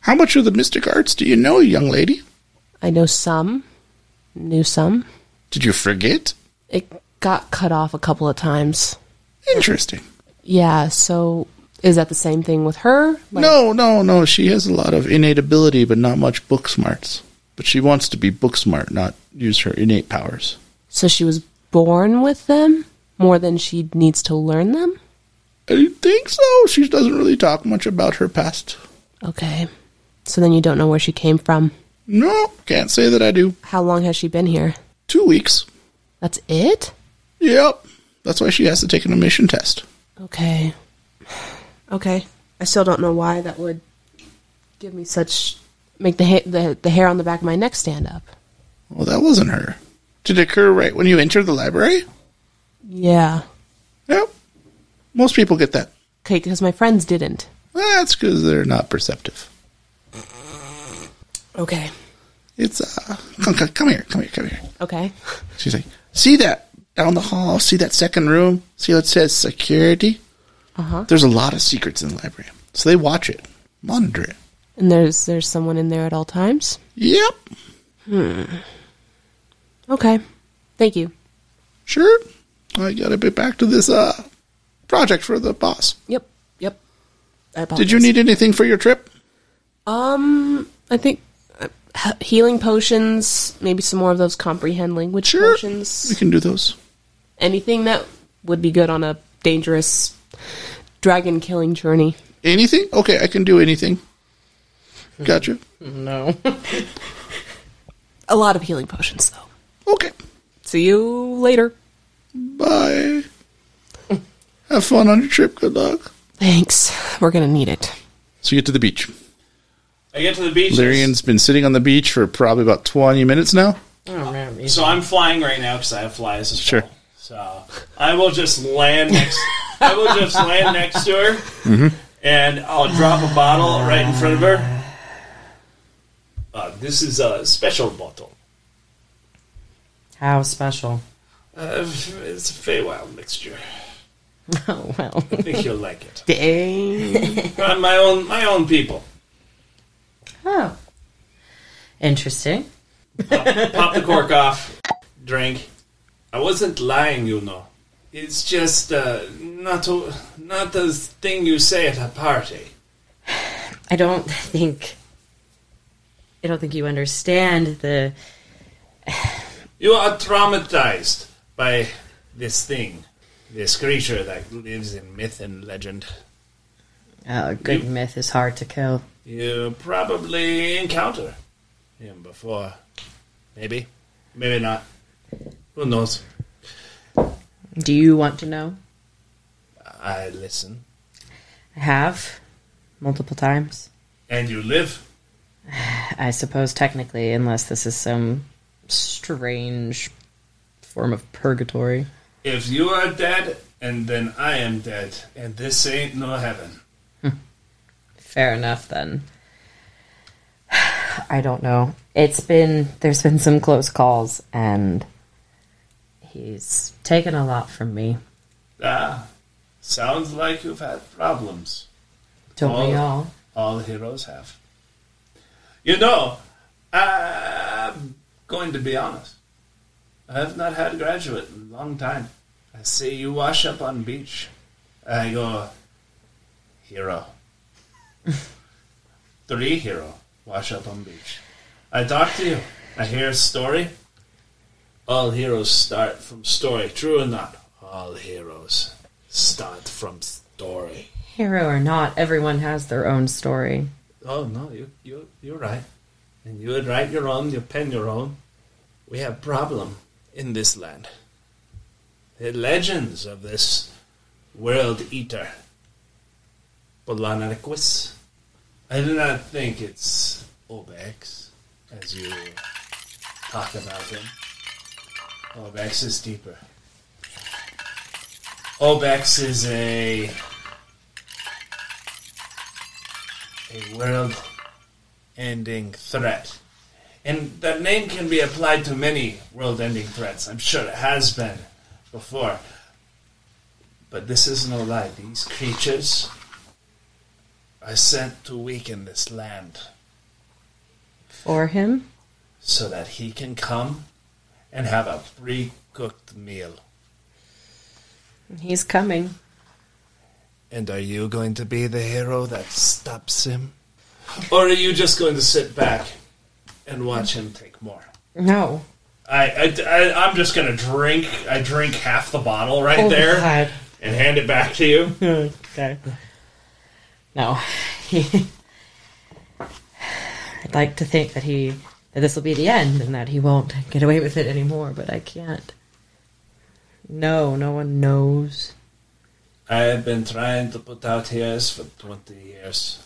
Speaker 6: How much of the mystic arts do you know, young lady?
Speaker 7: I know some. Knew some.
Speaker 6: Did you forget?
Speaker 7: It got cut off a couple of times.
Speaker 6: Interesting.
Speaker 7: Yeah, so is that the same thing with her?
Speaker 6: no, no, no. She has a lot of innate ability, but not much book smarts. But she wants to be book smart, not use her innate powers.
Speaker 7: So she was born with them more than she needs to learn them?
Speaker 6: I think so. She doesn't really talk much about her past.
Speaker 7: Okay. So then you don't know where she came from?
Speaker 6: No, can't say that I do.
Speaker 7: How long has she been here?
Speaker 6: Two weeks.
Speaker 7: That's it?
Speaker 6: Yep. That's why she has to take an admission test.
Speaker 7: Okay. Okay. I still don't know why that would give me such make the ha- the the hair on the back of my neck stand up.
Speaker 6: Well, that wasn't her. Did it occur right when you entered the library?
Speaker 7: Yeah.
Speaker 6: Yep. Most people get that.
Speaker 7: Okay, because my friends didn't.
Speaker 6: That's because they're not perceptive.
Speaker 7: Okay.
Speaker 6: It's uh, come, come, come here, come here, come here.
Speaker 7: Okay.
Speaker 6: She's like, see that down the hall? See that second room? See what it says security?
Speaker 7: Uh huh.
Speaker 6: There's a lot of secrets in the library, so they watch it, monitor it.
Speaker 7: And there's there's someone in there at all times.
Speaker 6: Yep.
Speaker 7: Hmm. Okay. Thank you.
Speaker 6: Sure. I gotta be back to this uh project for the boss.
Speaker 7: Yep. Yep. I apologize.
Speaker 6: Did you need anything for your trip?
Speaker 7: Um, I think uh, he- healing potions, maybe some more of those comprehend language potions.
Speaker 6: We can do those.
Speaker 7: Anything that would be good on a dangerous dragon killing journey.
Speaker 6: Anything? Okay, I can do anything. Gotcha.
Speaker 7: No. a lot of healing potions, though.
Speaker 6: Okay.
Speaker 7: See you later.
Speaker 6: Bye. Have fun on your trip. Good luck.
Speaker 7: Thanks. We're gonna need it.
Speaker 6: So you get to the beach.
Speaker 8: I get to the beach.
Speaker 6: Lyrian's been sitting on the beach for probably about 20 minutes now.
Speaker 8: So I'm flying right now because I have flies. As
Speaker 6: Sure.
Speaker 8: well. So I will just land next. I will just land next to her,
Speaker 6: Mhm.
Speaker 8: and I'll drop a bottle right in front of her. Uh, this is a special bottle.
Speaker 10: How special.
Speaker 8: Uh, it's a Feywild mixture.
Speaker 10: Oh, well.
Speaker 8: I think you'll like it.
Speaker 10: Dang.
Speaker 8: From my own, my own people.
Speaker 10: oh. Interesting.
Speaker 8: Pop the cork off. Drink. I wasn't lying, you know. It's just uh, not a, not the thing you say at a party.
Speaker 10: I don't think. I don't think you understand the.
Speaker 8: You are traumatized by this thing, this creature that lives in myth and legend.
Speaker 10: Oh, a good
Speaker 8: You-
Speaker 10: myth is hard to kill.
Speaker 8: You probably encounter him before. Maybe. Maybe not. Who knows?
Speaker 10: Do you want to know?
Speaker 8: I listen.
Speaker 10: I have. Multiple times.
Speaker 8: And you live?
Speaker 10: I suppose technically, unless this is some strange form of purgatory.
Speaker 8: If you are dead, and then I am dead, and this ain't no heaven.
Speaker 10: Fair enough, then. I don't know. It's been there's been some close calls, and he's taken a lot from me.
Speaker 8: Ah, sounds like you've had problems.
Speaker 10: Don't we
Speaker 8: Oh.
Speaker 10: all?
Speaker 8: All heroes have. You know, I'm going to be honest. I have not had a graduate in a long time. I see you wash up on beach. I go, hero. Three hero, wash up on beach. I talk to you. I hear a story. All heroes start from story. True or not? All heroes start from story.
Speaker 10: Hero or not, everyone has their own story.
Speaker 8: Oh no, you you you're right. and you would write your own, you pen your own. We have problem in this land. The legends of this world eater, Polonarquis. I do not think it's Obex, as you talk about him. Obex is deeper. Obex is a a world-ending threat, and that name can be applied to many world-ending threats. I'm sure it has been before, but this is no lie. These creatures are sent to weaken this land
Speaker 10: For him?
Speaker 8: so that he can come and have a pre-cooked meal.
Speaker 10: He's coming.
Speaker 8: And are you going to be the hero that stops him? Or are you just going to sit back and watch him take more?
Speaker 10: No.
Speaker 8: I, I, I, am just going to drink. I drink half the bottle right
Speaker 10: Oh,
Speaker 8: there
Speaker 10: God.
Speaker 8: and hand it back to you.
Speaker 10: okay. No. He- I'd like to think that he that this will be the end and that he won't get away with it anymore, but I can't. No, no one knows.
Speaker 8: I have been trying to put out hairs for 20 years.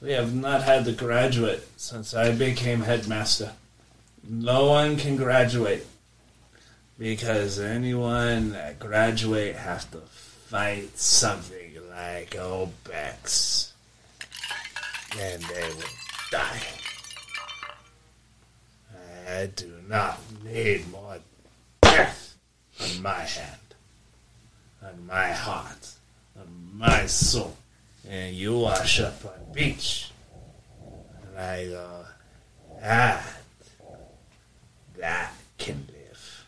Speaker 8: We have not had a graduate since I became headmaster. No one can graduate because anyone that graduate have to fight something like Obex, and they will die. I do not need more death on my hand on my heart, on my soul. And you wash up on beach. And I go, ah, that can live.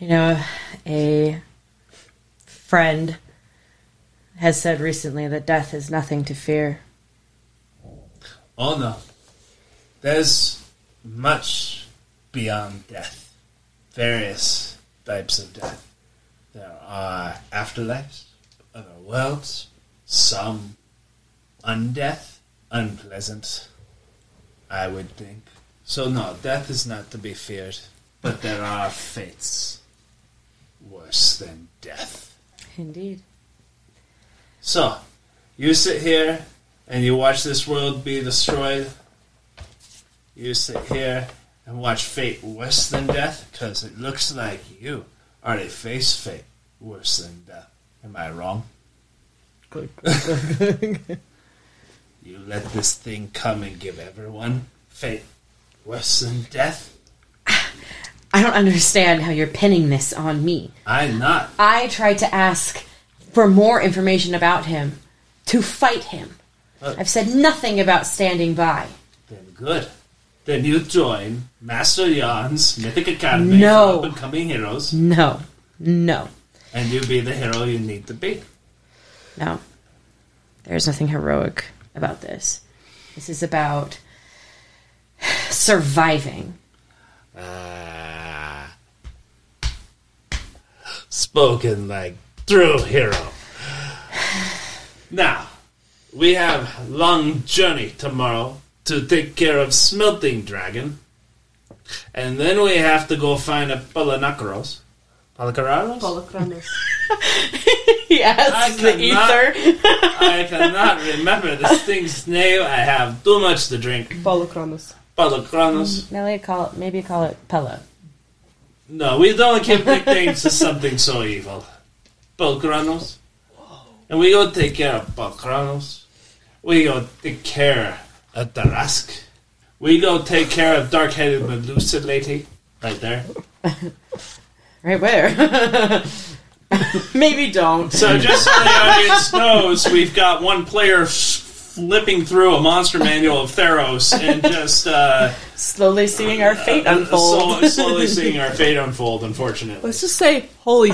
Speaker 10: You know, a friend has said recently that death is nothing to fear.
Speaker 8: Oh no, there's much beyond death. Various types of death. There are afterlives, other worlds, some undeath, unpleasant, I would think. So no, death is not to be feared, but there are fates worse than death.
Speaker 10: Indeed.
Speaker 8: So, you sit here and you watch this world be destroyed. You sit here and watch fate worse than death because it looks like you already face fate worse than death. Am I wrong? you let this thing come and give everyone fate worse than death?
Speaker 10: I don't understand how you're pinning this on me.
Speaker 8: I'm not.
Speaker 10: I tried to ask for more information about him to fight him. I've said nothing about standing by.
Speaker 8: Then good. Then you join Master Yarn's Mythic Academy
Speaker 10: No.
Speaker 8: for up and coming heroes.
Speaker 10: No. No.
Speaker 8: and you be the hero you need to be.
Speaker 10: No. There's nothing heroic about this. This is about surviving.
Speaker 8: Ah. Spoken like true hero. Now, we have long journey tomorrow to take care of smelting dragon, and then we have to go find a Polonakaros. Polonakaros?
Speaker 10: yes,
Speaker 8: the ether. I cannot remember this thing's name. I have too much to drink.
Speaker 7: Polocronos.
Speaker 8: Polonakaros.
Speaker 10: Maybe call it, maybe call it Pella.
Speaker 8: No, we don't give nicknames to something so evil. Belgranos. And we go take care of Belgranos. We go take care of Darask. We go take care of dark headed Medusa lady. Right there.
Speaker 10: Right where? maybe don't.
Speaker 8: So just so the audience knows, we've got one player flipping through a monster manual of Theros and just uh,
Speaker 10: slowly seeing our fate
Speaker 8: unfold. slowly seeing our fate unfold, unfortunately.
Speaker 7: Let's just say, holy.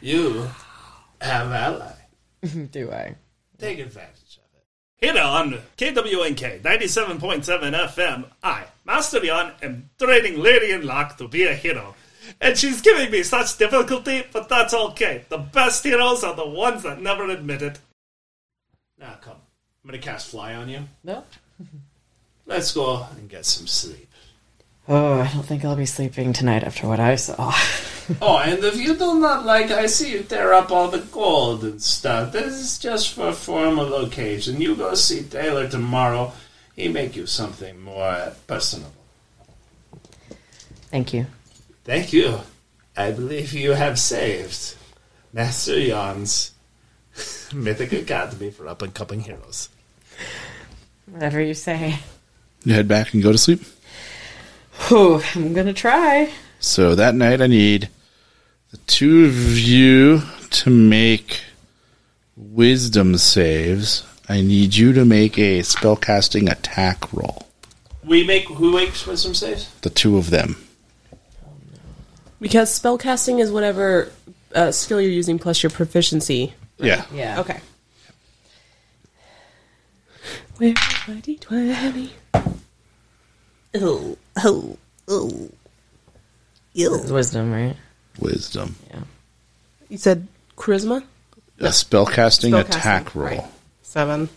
Speaker 8: You have ally.
Speaker 10: Do I?
Speaker 8: Take advantage
Speaker 1: of it. Here on KWNK 97.7 FM, I, Master Yon, am training Lyrian Locke to be a hero. And she's giving me such difficulty, but that's okay. The best heroes are the ones that never admit it.
Speaker 8: Now come. I'm gonna cast fly on you.
Speaker 10: No.
Speaker 8: Let's go and get some sleep.
Speaker 10: Oh, I don't think I'll be sleeping tonight after what I saw.
Speaker 8: Oh, and if you do not like, I see you tear up all the gold and stuff. This is just for formal occasion. You go see Taylor tomorrow. He make you something more personal.
Speaker 10: Thank you.
Speaker 8: Thank you. I believe you have saved Master Yon's Mythic Academy for Up and Coming Heroes.
Speaker 10: Whatever you say.
Speaker 6: You head back and go to sleep.
Speaker 10: Oh, I'm gonna try.
Speaker 6: So that night, I need the two of you to make wisdom saves. I need you to make a spellcasting attack roll.
Speaker 8: We make who makes wisdom saves?
Speaker 6: The two of them.
Speaker 7: Because spellcasting is whatever uh, skill you're using plus your proficiency.
Speaker 6: Yeah.
Speaker 10: Yeah.
Speaker 7: Okay. Where is my d20?
Speaker 10: Oh, oh, oh. Wisdom, right?
Speaker 6: Wisdom.
Speaker 7: You said charisma?
Speaker 6: A spellcasting
Speaker 7: Spellcasting,
Speaker 6: attack roll.
Speaker 7: right. Seven.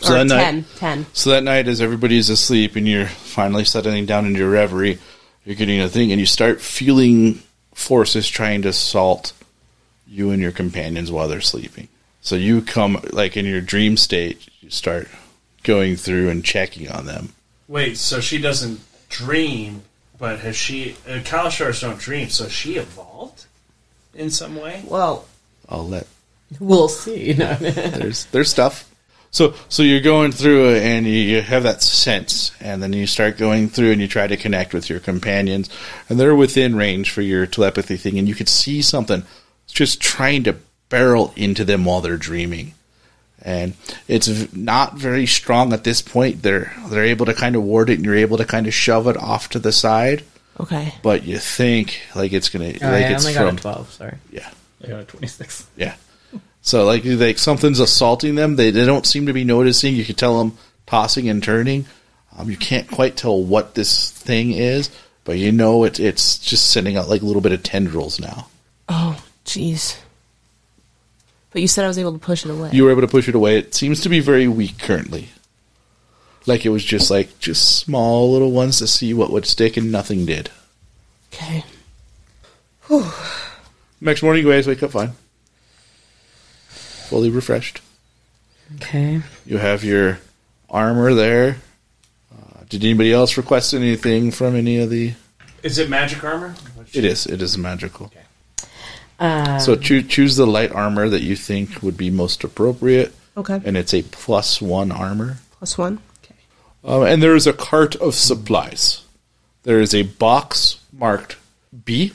Speaker 6: So
Speaker 7: or
Speaker 6: that night-
Speaker 7: ten. Ten.
Speaker 6: So that night, as everybody's asleep and you're finally settling down into your reverie, you're getting a thing, and you start feeling forces trying to assault you and your companions while they're sleeping. So you come, like in your dream state, you start going through and checking on them.
Speaker 8: Wait, so she doesn't dream, but has she? Uh, Kalashars don't dream, so she evolved in some way.
Speaker 10: Well,
Speaker 6: I'll let
Speaker 10: We'll see. No.
Speaker 6: there's there's stuff. So so you're going through it and you, you have that sense, and then you start going through and you try to connect with your companions, and they're within range for your telepathy thing, and you could see something just trying to barrel into them while they're dreaming. And it's v- not very strong at this point. They're they're able to kind of ward it, and you're able to kind of shove it off to the side.
Speaker 7: Okay.
Speaker 6: But you think like it's gonna like it's from
Speaker 10: Sorry.
Speaker 6: Yeah.
Speaker 4: I got a 26.
Speaker 6: yeah. So like like something's assaulting them. They they don't seem to be noticing. You can tell them tossing and turning. Um, you can't quite tell what this thing is, but you know it, it's just sending out like a little bit of tendrils now.
Speaker 7: Oh, jeez. But you said I was able to push it away.
Speaker 6: You were able to push it away. It seems to be very weak currently. Like it was just like just small little ones to see what would stick, and nothing did.
Speaker 7: Okay.
Speaker 6: Next morning, you guys wake up fine, fully refreshed.
Speaker 10: Okay.
Speaker 6: You have your armor there. Uh, did anybody else request anything from any of the?
Speaker 8: Is it magic armor?
Speaker 6: It is. It is magical.
Speaker 10: Um,
Speaker 6: so choo- choose the light armor that you think would be most appropriate.
Speaker 7: Okay.
Speaker 6: And it's a plus one armor.
Speaker 7: Plus one.
Speaker 6: Um, and there is a cart of supplies. There is a box marked B.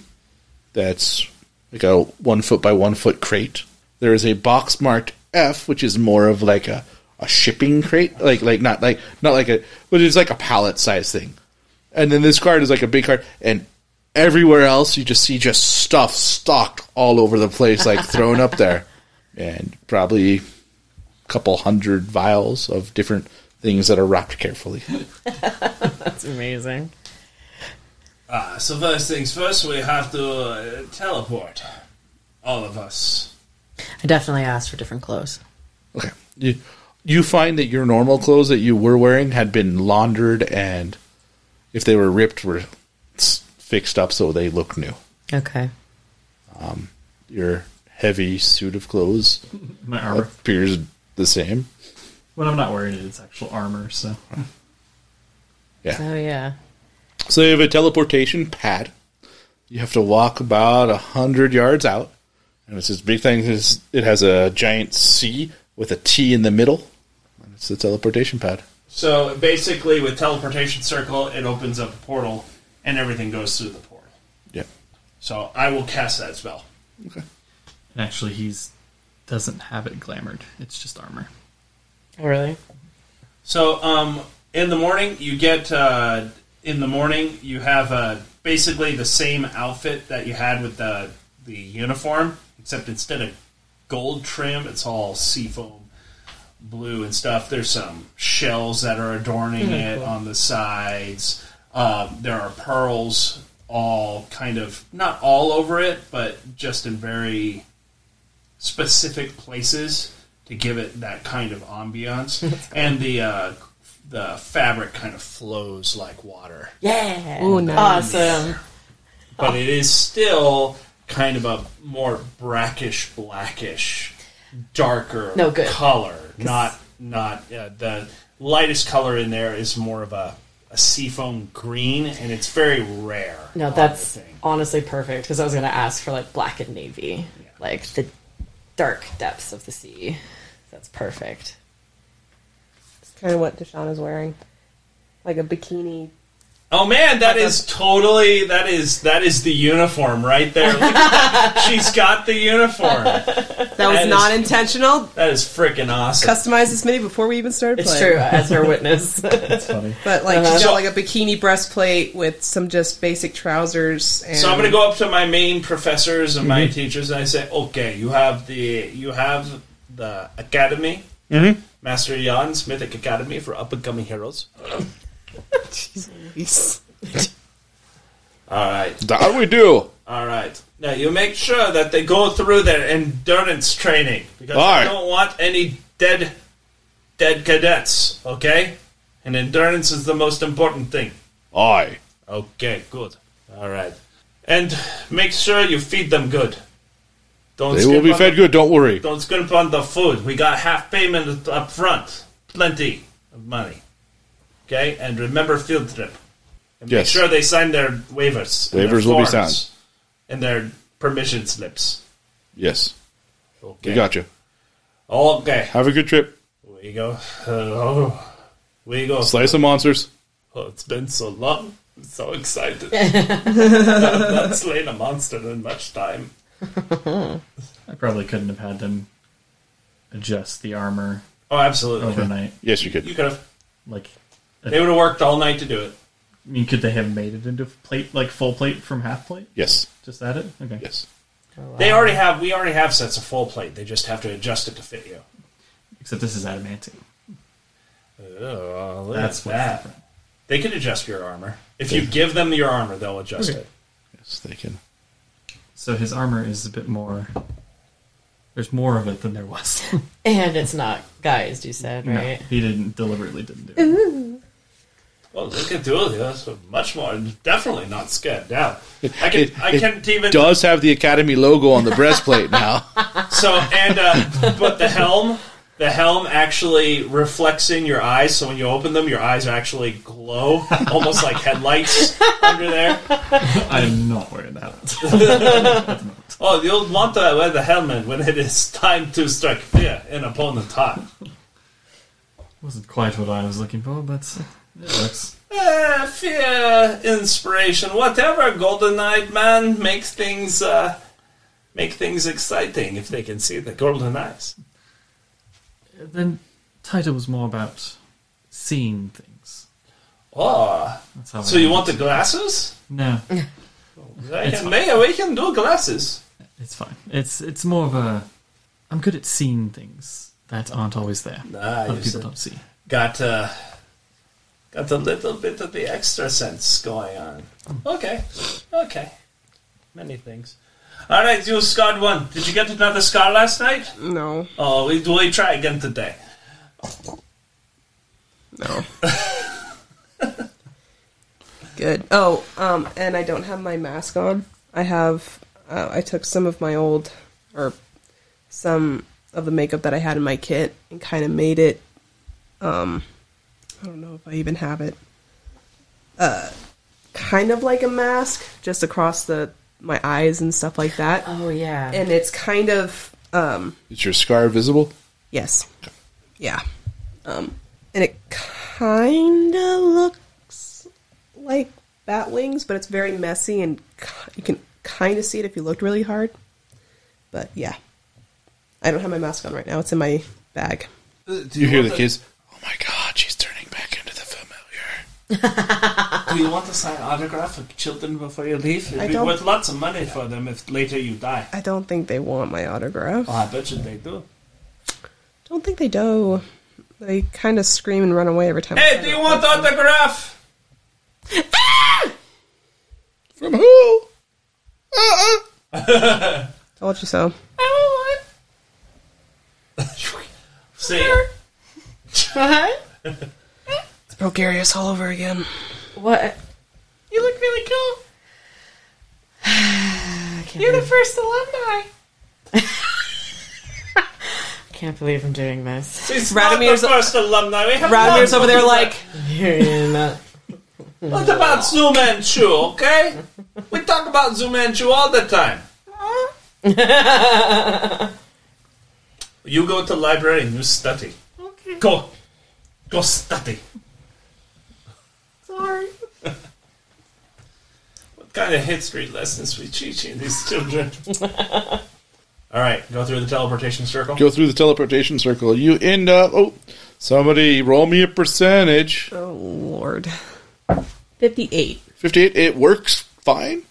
Speaker 6: That's like a one foot by one foot crate. There is a box marked F, which is more of like a, a shipping crate, like like not like not like a, but it's like a pallet size thing. And then this card is like a big card, and everywhere else you just see just stuff stocked all over the place, like thrown up there, and probably couple hundred vials of different things that are wrapped carefully.
Speaker 10: That's amazing.
Speaker 8: Ah, so first things first, we have to uh, teleport. All of us.
Speaker 10: I definitely asked for different clothes.
Speaker 6: Okay. You, you find that your normal clothes that you were wearing had been laundered and if they were ripped were s- fixed up so they look new.
Speaker 10: Okay.
Speaker 6: Um, your heavy suit of clothes
Speaker 4: My armor.
Speaker 6: appears the same.
Speaker 4: When I'm not wearing it, it's actual armor, so.
Speaker 6: Yeah.
Speaker 10: Oh yeah.
Speaker 6: So you have a teleportation pad. You have to walk about a hundred yards out, and it's this big thing. It's- It has a giant C with a T in the middle, and it's the teleportation pad.
Speaker 8: So basically, with teleportation circle, it opens up a portal, and everything goes through the portal.
Speaker 6: Yeah.
Speaker 8: So I will cast that spell.
Speaker 4: And actually, he's doesn't have it glamored. It's just armor.
Speaker 10: Oh, really?
Speaker 8: So, um, in the morning, you get uh, in the morning you have uh, basically the same outfit that you had with the the uniform, except instead of gold trim, it's all seafoam blue and stuff. There's some shells that are adorning
Speaker 13: Mhm,
Speaker 8: it
Speaker 13: cool.
Speaker 8: on the sides. Um, there are pearls all kind of not all over it, but just in very specific places to give it that kind of ambiance. and the uh,
Speaker 1: the fabric kind of flows like water.
Speaker 8: Yeah.
Speaker 1: Ooh, nice.
Speaker 8: Awesome. But it is still kind of a more brackish, blackish, darker
Speaker 1: No good.
Speaker 8: color. Not not uh, the lightest color in there is more of a a seafoam green, and it's very rare.
Speaker 14: No, that's honestly perfect because I was going to ask for like black and navy, like the dark depths of the sea. That's perfect.
Speaker 7: It's kind of what Deshaun is wearing, like a bikini.
Speaker 8: Oh man, that is totally that is that is the uniform right there. Look at that. She's got the uniform.
Speaker 7: That was
Speaker 8: is-
Speaker 7: not intentional.
Speaker 8: That is freaking awesome.
Speaker 7: Customized this mini before we even started
Speaker 8: It's
Speaker 7: playing.
Speaker 8: true, as her witness.
Speaker 7: That's
Speaker 8: funny.
Speaker 7: But like she's
Speaker 8: Uh-huh.
Speaker 7: got like a bikini breastplate with some just basic trousers. And
Speaker 8: So I'm going to go up to my main professors and my teachers, and I say, "Okay, you have the you have the academy,
Speaker 6: Mhm.
Speaker 8: Master Jan's Mythic Academy for up and coming heroes." All right,
Speaker 6: That we do.
Speaker 8: all right. Now you make sure that they go through their endurance training because
Speaker 6: All
Speaker 8: I
Speaker 6: right.
Speaker 8: don't want any dead dead cadets. Okay, and endurance is the most important thing.
Speaker 6: Aye.
Speaker 8: Okay, good. All right. And make sure you feed them good. Don't
Speaker 6: They will
Speaker 8: skimp
Speaker 6: be
Speaker 8: on
Speaker 6: fed
Speaker 8: the-
Speaker 6: good, don't worry.
Speaker 8: Don't skimp on the food. We got half payment up front. Plenty of money. Okay? And remember field trip. And
Speaker 6: Yes.
Speaker 8: make sure they sign their waivers. and their
Speaker 6: Waivers will be
Speaker 8: forms
Speaker 6: signed.
Speaker 8: And their permission slips.
Speaker 6: Yes.
Speaker 8: Okay.
Speaker 6: We got you.
Speaker 8: Okay.
Speaker 6: Have a good trip.
Speaker 8: We go. oh, we go.
Speaker 6: Slice some monsters.
Speaker 8: Oh, it's been so long. I'm so excited. I've not slain a monster in much time.
Speaker 4: I probably couldn't have had them adjust the armor.
Speaker 8: Oh, absolutely.
Speaker 4: Overnight.
Speaker 6: Yes, you could.
Speaker 8: You could have.
Speaker 4: Like,
Speaker 8: They would have worked all night to do it.
Speaker 4: I mean, could they have made it into plate, like full plate from half plate?
Speaker 6: Yes.
Speaker 4: Just that it? Okay.
Speaker 6: Yes.
Speaker 8: They already have. We already have sets of full plate. They just have to adjust it to fit you.
Speaker 4: Except this is adamantine.
Speaker 8: Oh,
Speaker 4: look That's at what's that. different.
Speaker 8: They can adjust your armor. If you
Speaker 4: Yeah.
Speaker 8: give them your armor, they'll adjust
Speaker 4: Okay.
Speaker 8: it.
Speaker 6: Yes, they can.
Speaker 4: So his armor is a bit more. There's more of it than there was.
Speaker 14: And it's not guys, you said,
Speaker 4: No,
Speaker 14: right?
Speaker 4: he didn't deliberately didn't do it.
Speaker 14: Ooh.
Speaker 8: Well, they can do it. That's much more. Definitely not scared now. I can.
Speaker 6: It-
Speaker 8: I
Speaker 6: it
Speaker 8: can't even.
Speaker 6: does have the academy logo on the breastplate now.
Speaker 8: So and uh, but the helm, the helm actually reflects in your eyes. So when you open them, your eyes actually glow, almost like headlights under there.
Speaker 4: I am not wearing that.
Speaker 8: oh, you'll want to wear the helmet when it is time to strike fear in opponent heart.
Speaker 4: Wasn't quite what I was looking for, but it works.
Speaker 8: Uh, fear, inspiration, whatever, golden-eyed man makes things uh, make things exciting if they can see the golden eyes.
Speaker 4: Then title was more about seeing things.
Speaker 8: Oh,
Speaker 4: That's how
Speaker 8: so
Speaker 4: I
Speaker 8: you
Speaker 4: am.
Speaker 8: want the glasses?
Speaker 4: No,
Speaker 8: I
Speaker 4: It's
Speaker 8: can,
Speaker 4: fine.
Speaker 8: may, we can do glasses.
Speaker 4: it's fine. It's it's more of a. I'm good at seeing things that aren't always there.
Speaker 8: Ah,
Speaker 4: Other
Speaker 8: you
Speaker 4: people
Speaker 8: said-
Speaker 4: don't see.
Speaker 8: Got uh, got a little bit of the extra sense going on. Okay, okay, many things. All right, you scarred one. Did you get another scar last night?
Speaker 7: No.
Speaker 8: Oh, we we try again today.
Speaker 7: Good. Oh, um, and I don't have my mask on. I have. Uh, I took some of my old, or some of the makeup that I had in my kit and kind of made it. Um, I don't know if I even have it. Uh, kind of like a mask, just across the my eyes and stuff like that. Oh yeah. And it's kind of um,
Speaker 6: Is your scar visible?
Speaker 7: Yes. Yeah. Um, and it kind of looks like bat wings, but it's very messy and ki- you can kind of see it if you looked really hard. But yeah. I don't have my mask on right now. It's in my bag.
Speaker 6: Do you, hear the Oh kids?
Speaker 8: Do you want to sign autograph for children before you leave? It'd
Speaker 7: I
Speaker 8: be
Speaker 7: don't-
Speaker 8: worth lots of money for them if later you die.
Speaker 7: I don't think they want my autograph.
Speaker 8: Oh, I bet you they do.
Speaker 7: don't think they do. They kind of scream and run away every time.
Speaker 8: Hey, do you want autograph?
Speaker 6: From who?
Speaker 7: Told you so.
Speaker 8: See,
Speaker 12: What?
Speaker 7: Rogarius all over again.
Speaker 14: What?
Speaker 12: You look really cool.
Speaker 14: You're
Speaker 12: the first alumni.
Speaker 14: I can't believe I'm doing this.
Speaker 8: It's
Speaker 12: Radamir's-
Speaker 8: not the first alumni. We have
Speaker 12: Radamir's
Speaker 8: lots
Speaker 12: over
Speaker 8: of
Speaker 12: there
Speaker 8: them.
Speaker 12: like-
Speaker 8: What about Zhu Manchu, okay? We talk about Zhu Manchu all the time. You go to library and you study. Okay. Go. Go study.
Speaker 12: Sorry.
Speaker 8: What kind of history lessons we teaching these children? all right, go through the teleportation circle.
Speaker 6: Go through the teleportation circle. You end up. Oh, somebody roll me a percentage.
Speaker 7: Oh, Lord. 58.
Speaker 6: 58. It works fine.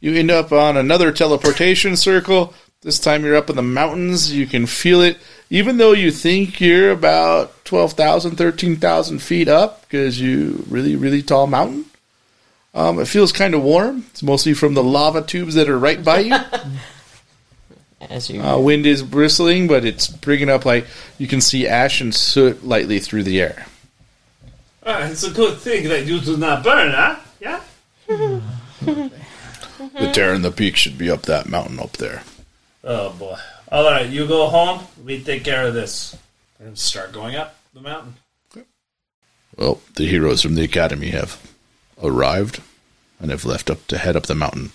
Speaker 6: You end up on another teleportation circle. This time you're up in the mountains. You can feel it. Even though you think you're about 12,000, 13,000 feet up because you really, really tall mountain. Um, it feels kind of warm. It's mostly from the lava tubes that are right by you.
Speaker 14: As you
Speaker 6: Uh, wind is bristling, but it's bringing up like you can see ash and soot lightly through the air.
Speaker 8: Ah, it's a good thing that you do not burn, huh? Yeah?
Speaker 6: The Terran the Peak should be up that mountain up there.
Speaker 8: Oh boy. All right, you go home. We take care of this. And start going up the mountain.
Speaker 6: Well, the heroes from the academy have arrived and have left up to head up the mountain.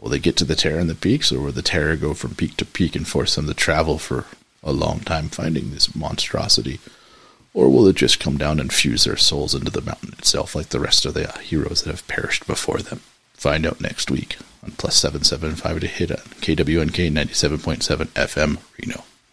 Speaker 6: Will they get to the Terra and the peaks, or will the Terra go from peak to peak and force them to travel for a long time finding this monstrosity? Or will it just come down and fuse their souls into the mountain itself like the rest of the heroes that have perished before them? Find out next week on plus 775 to hit on KWNK 97.7 FM Reno.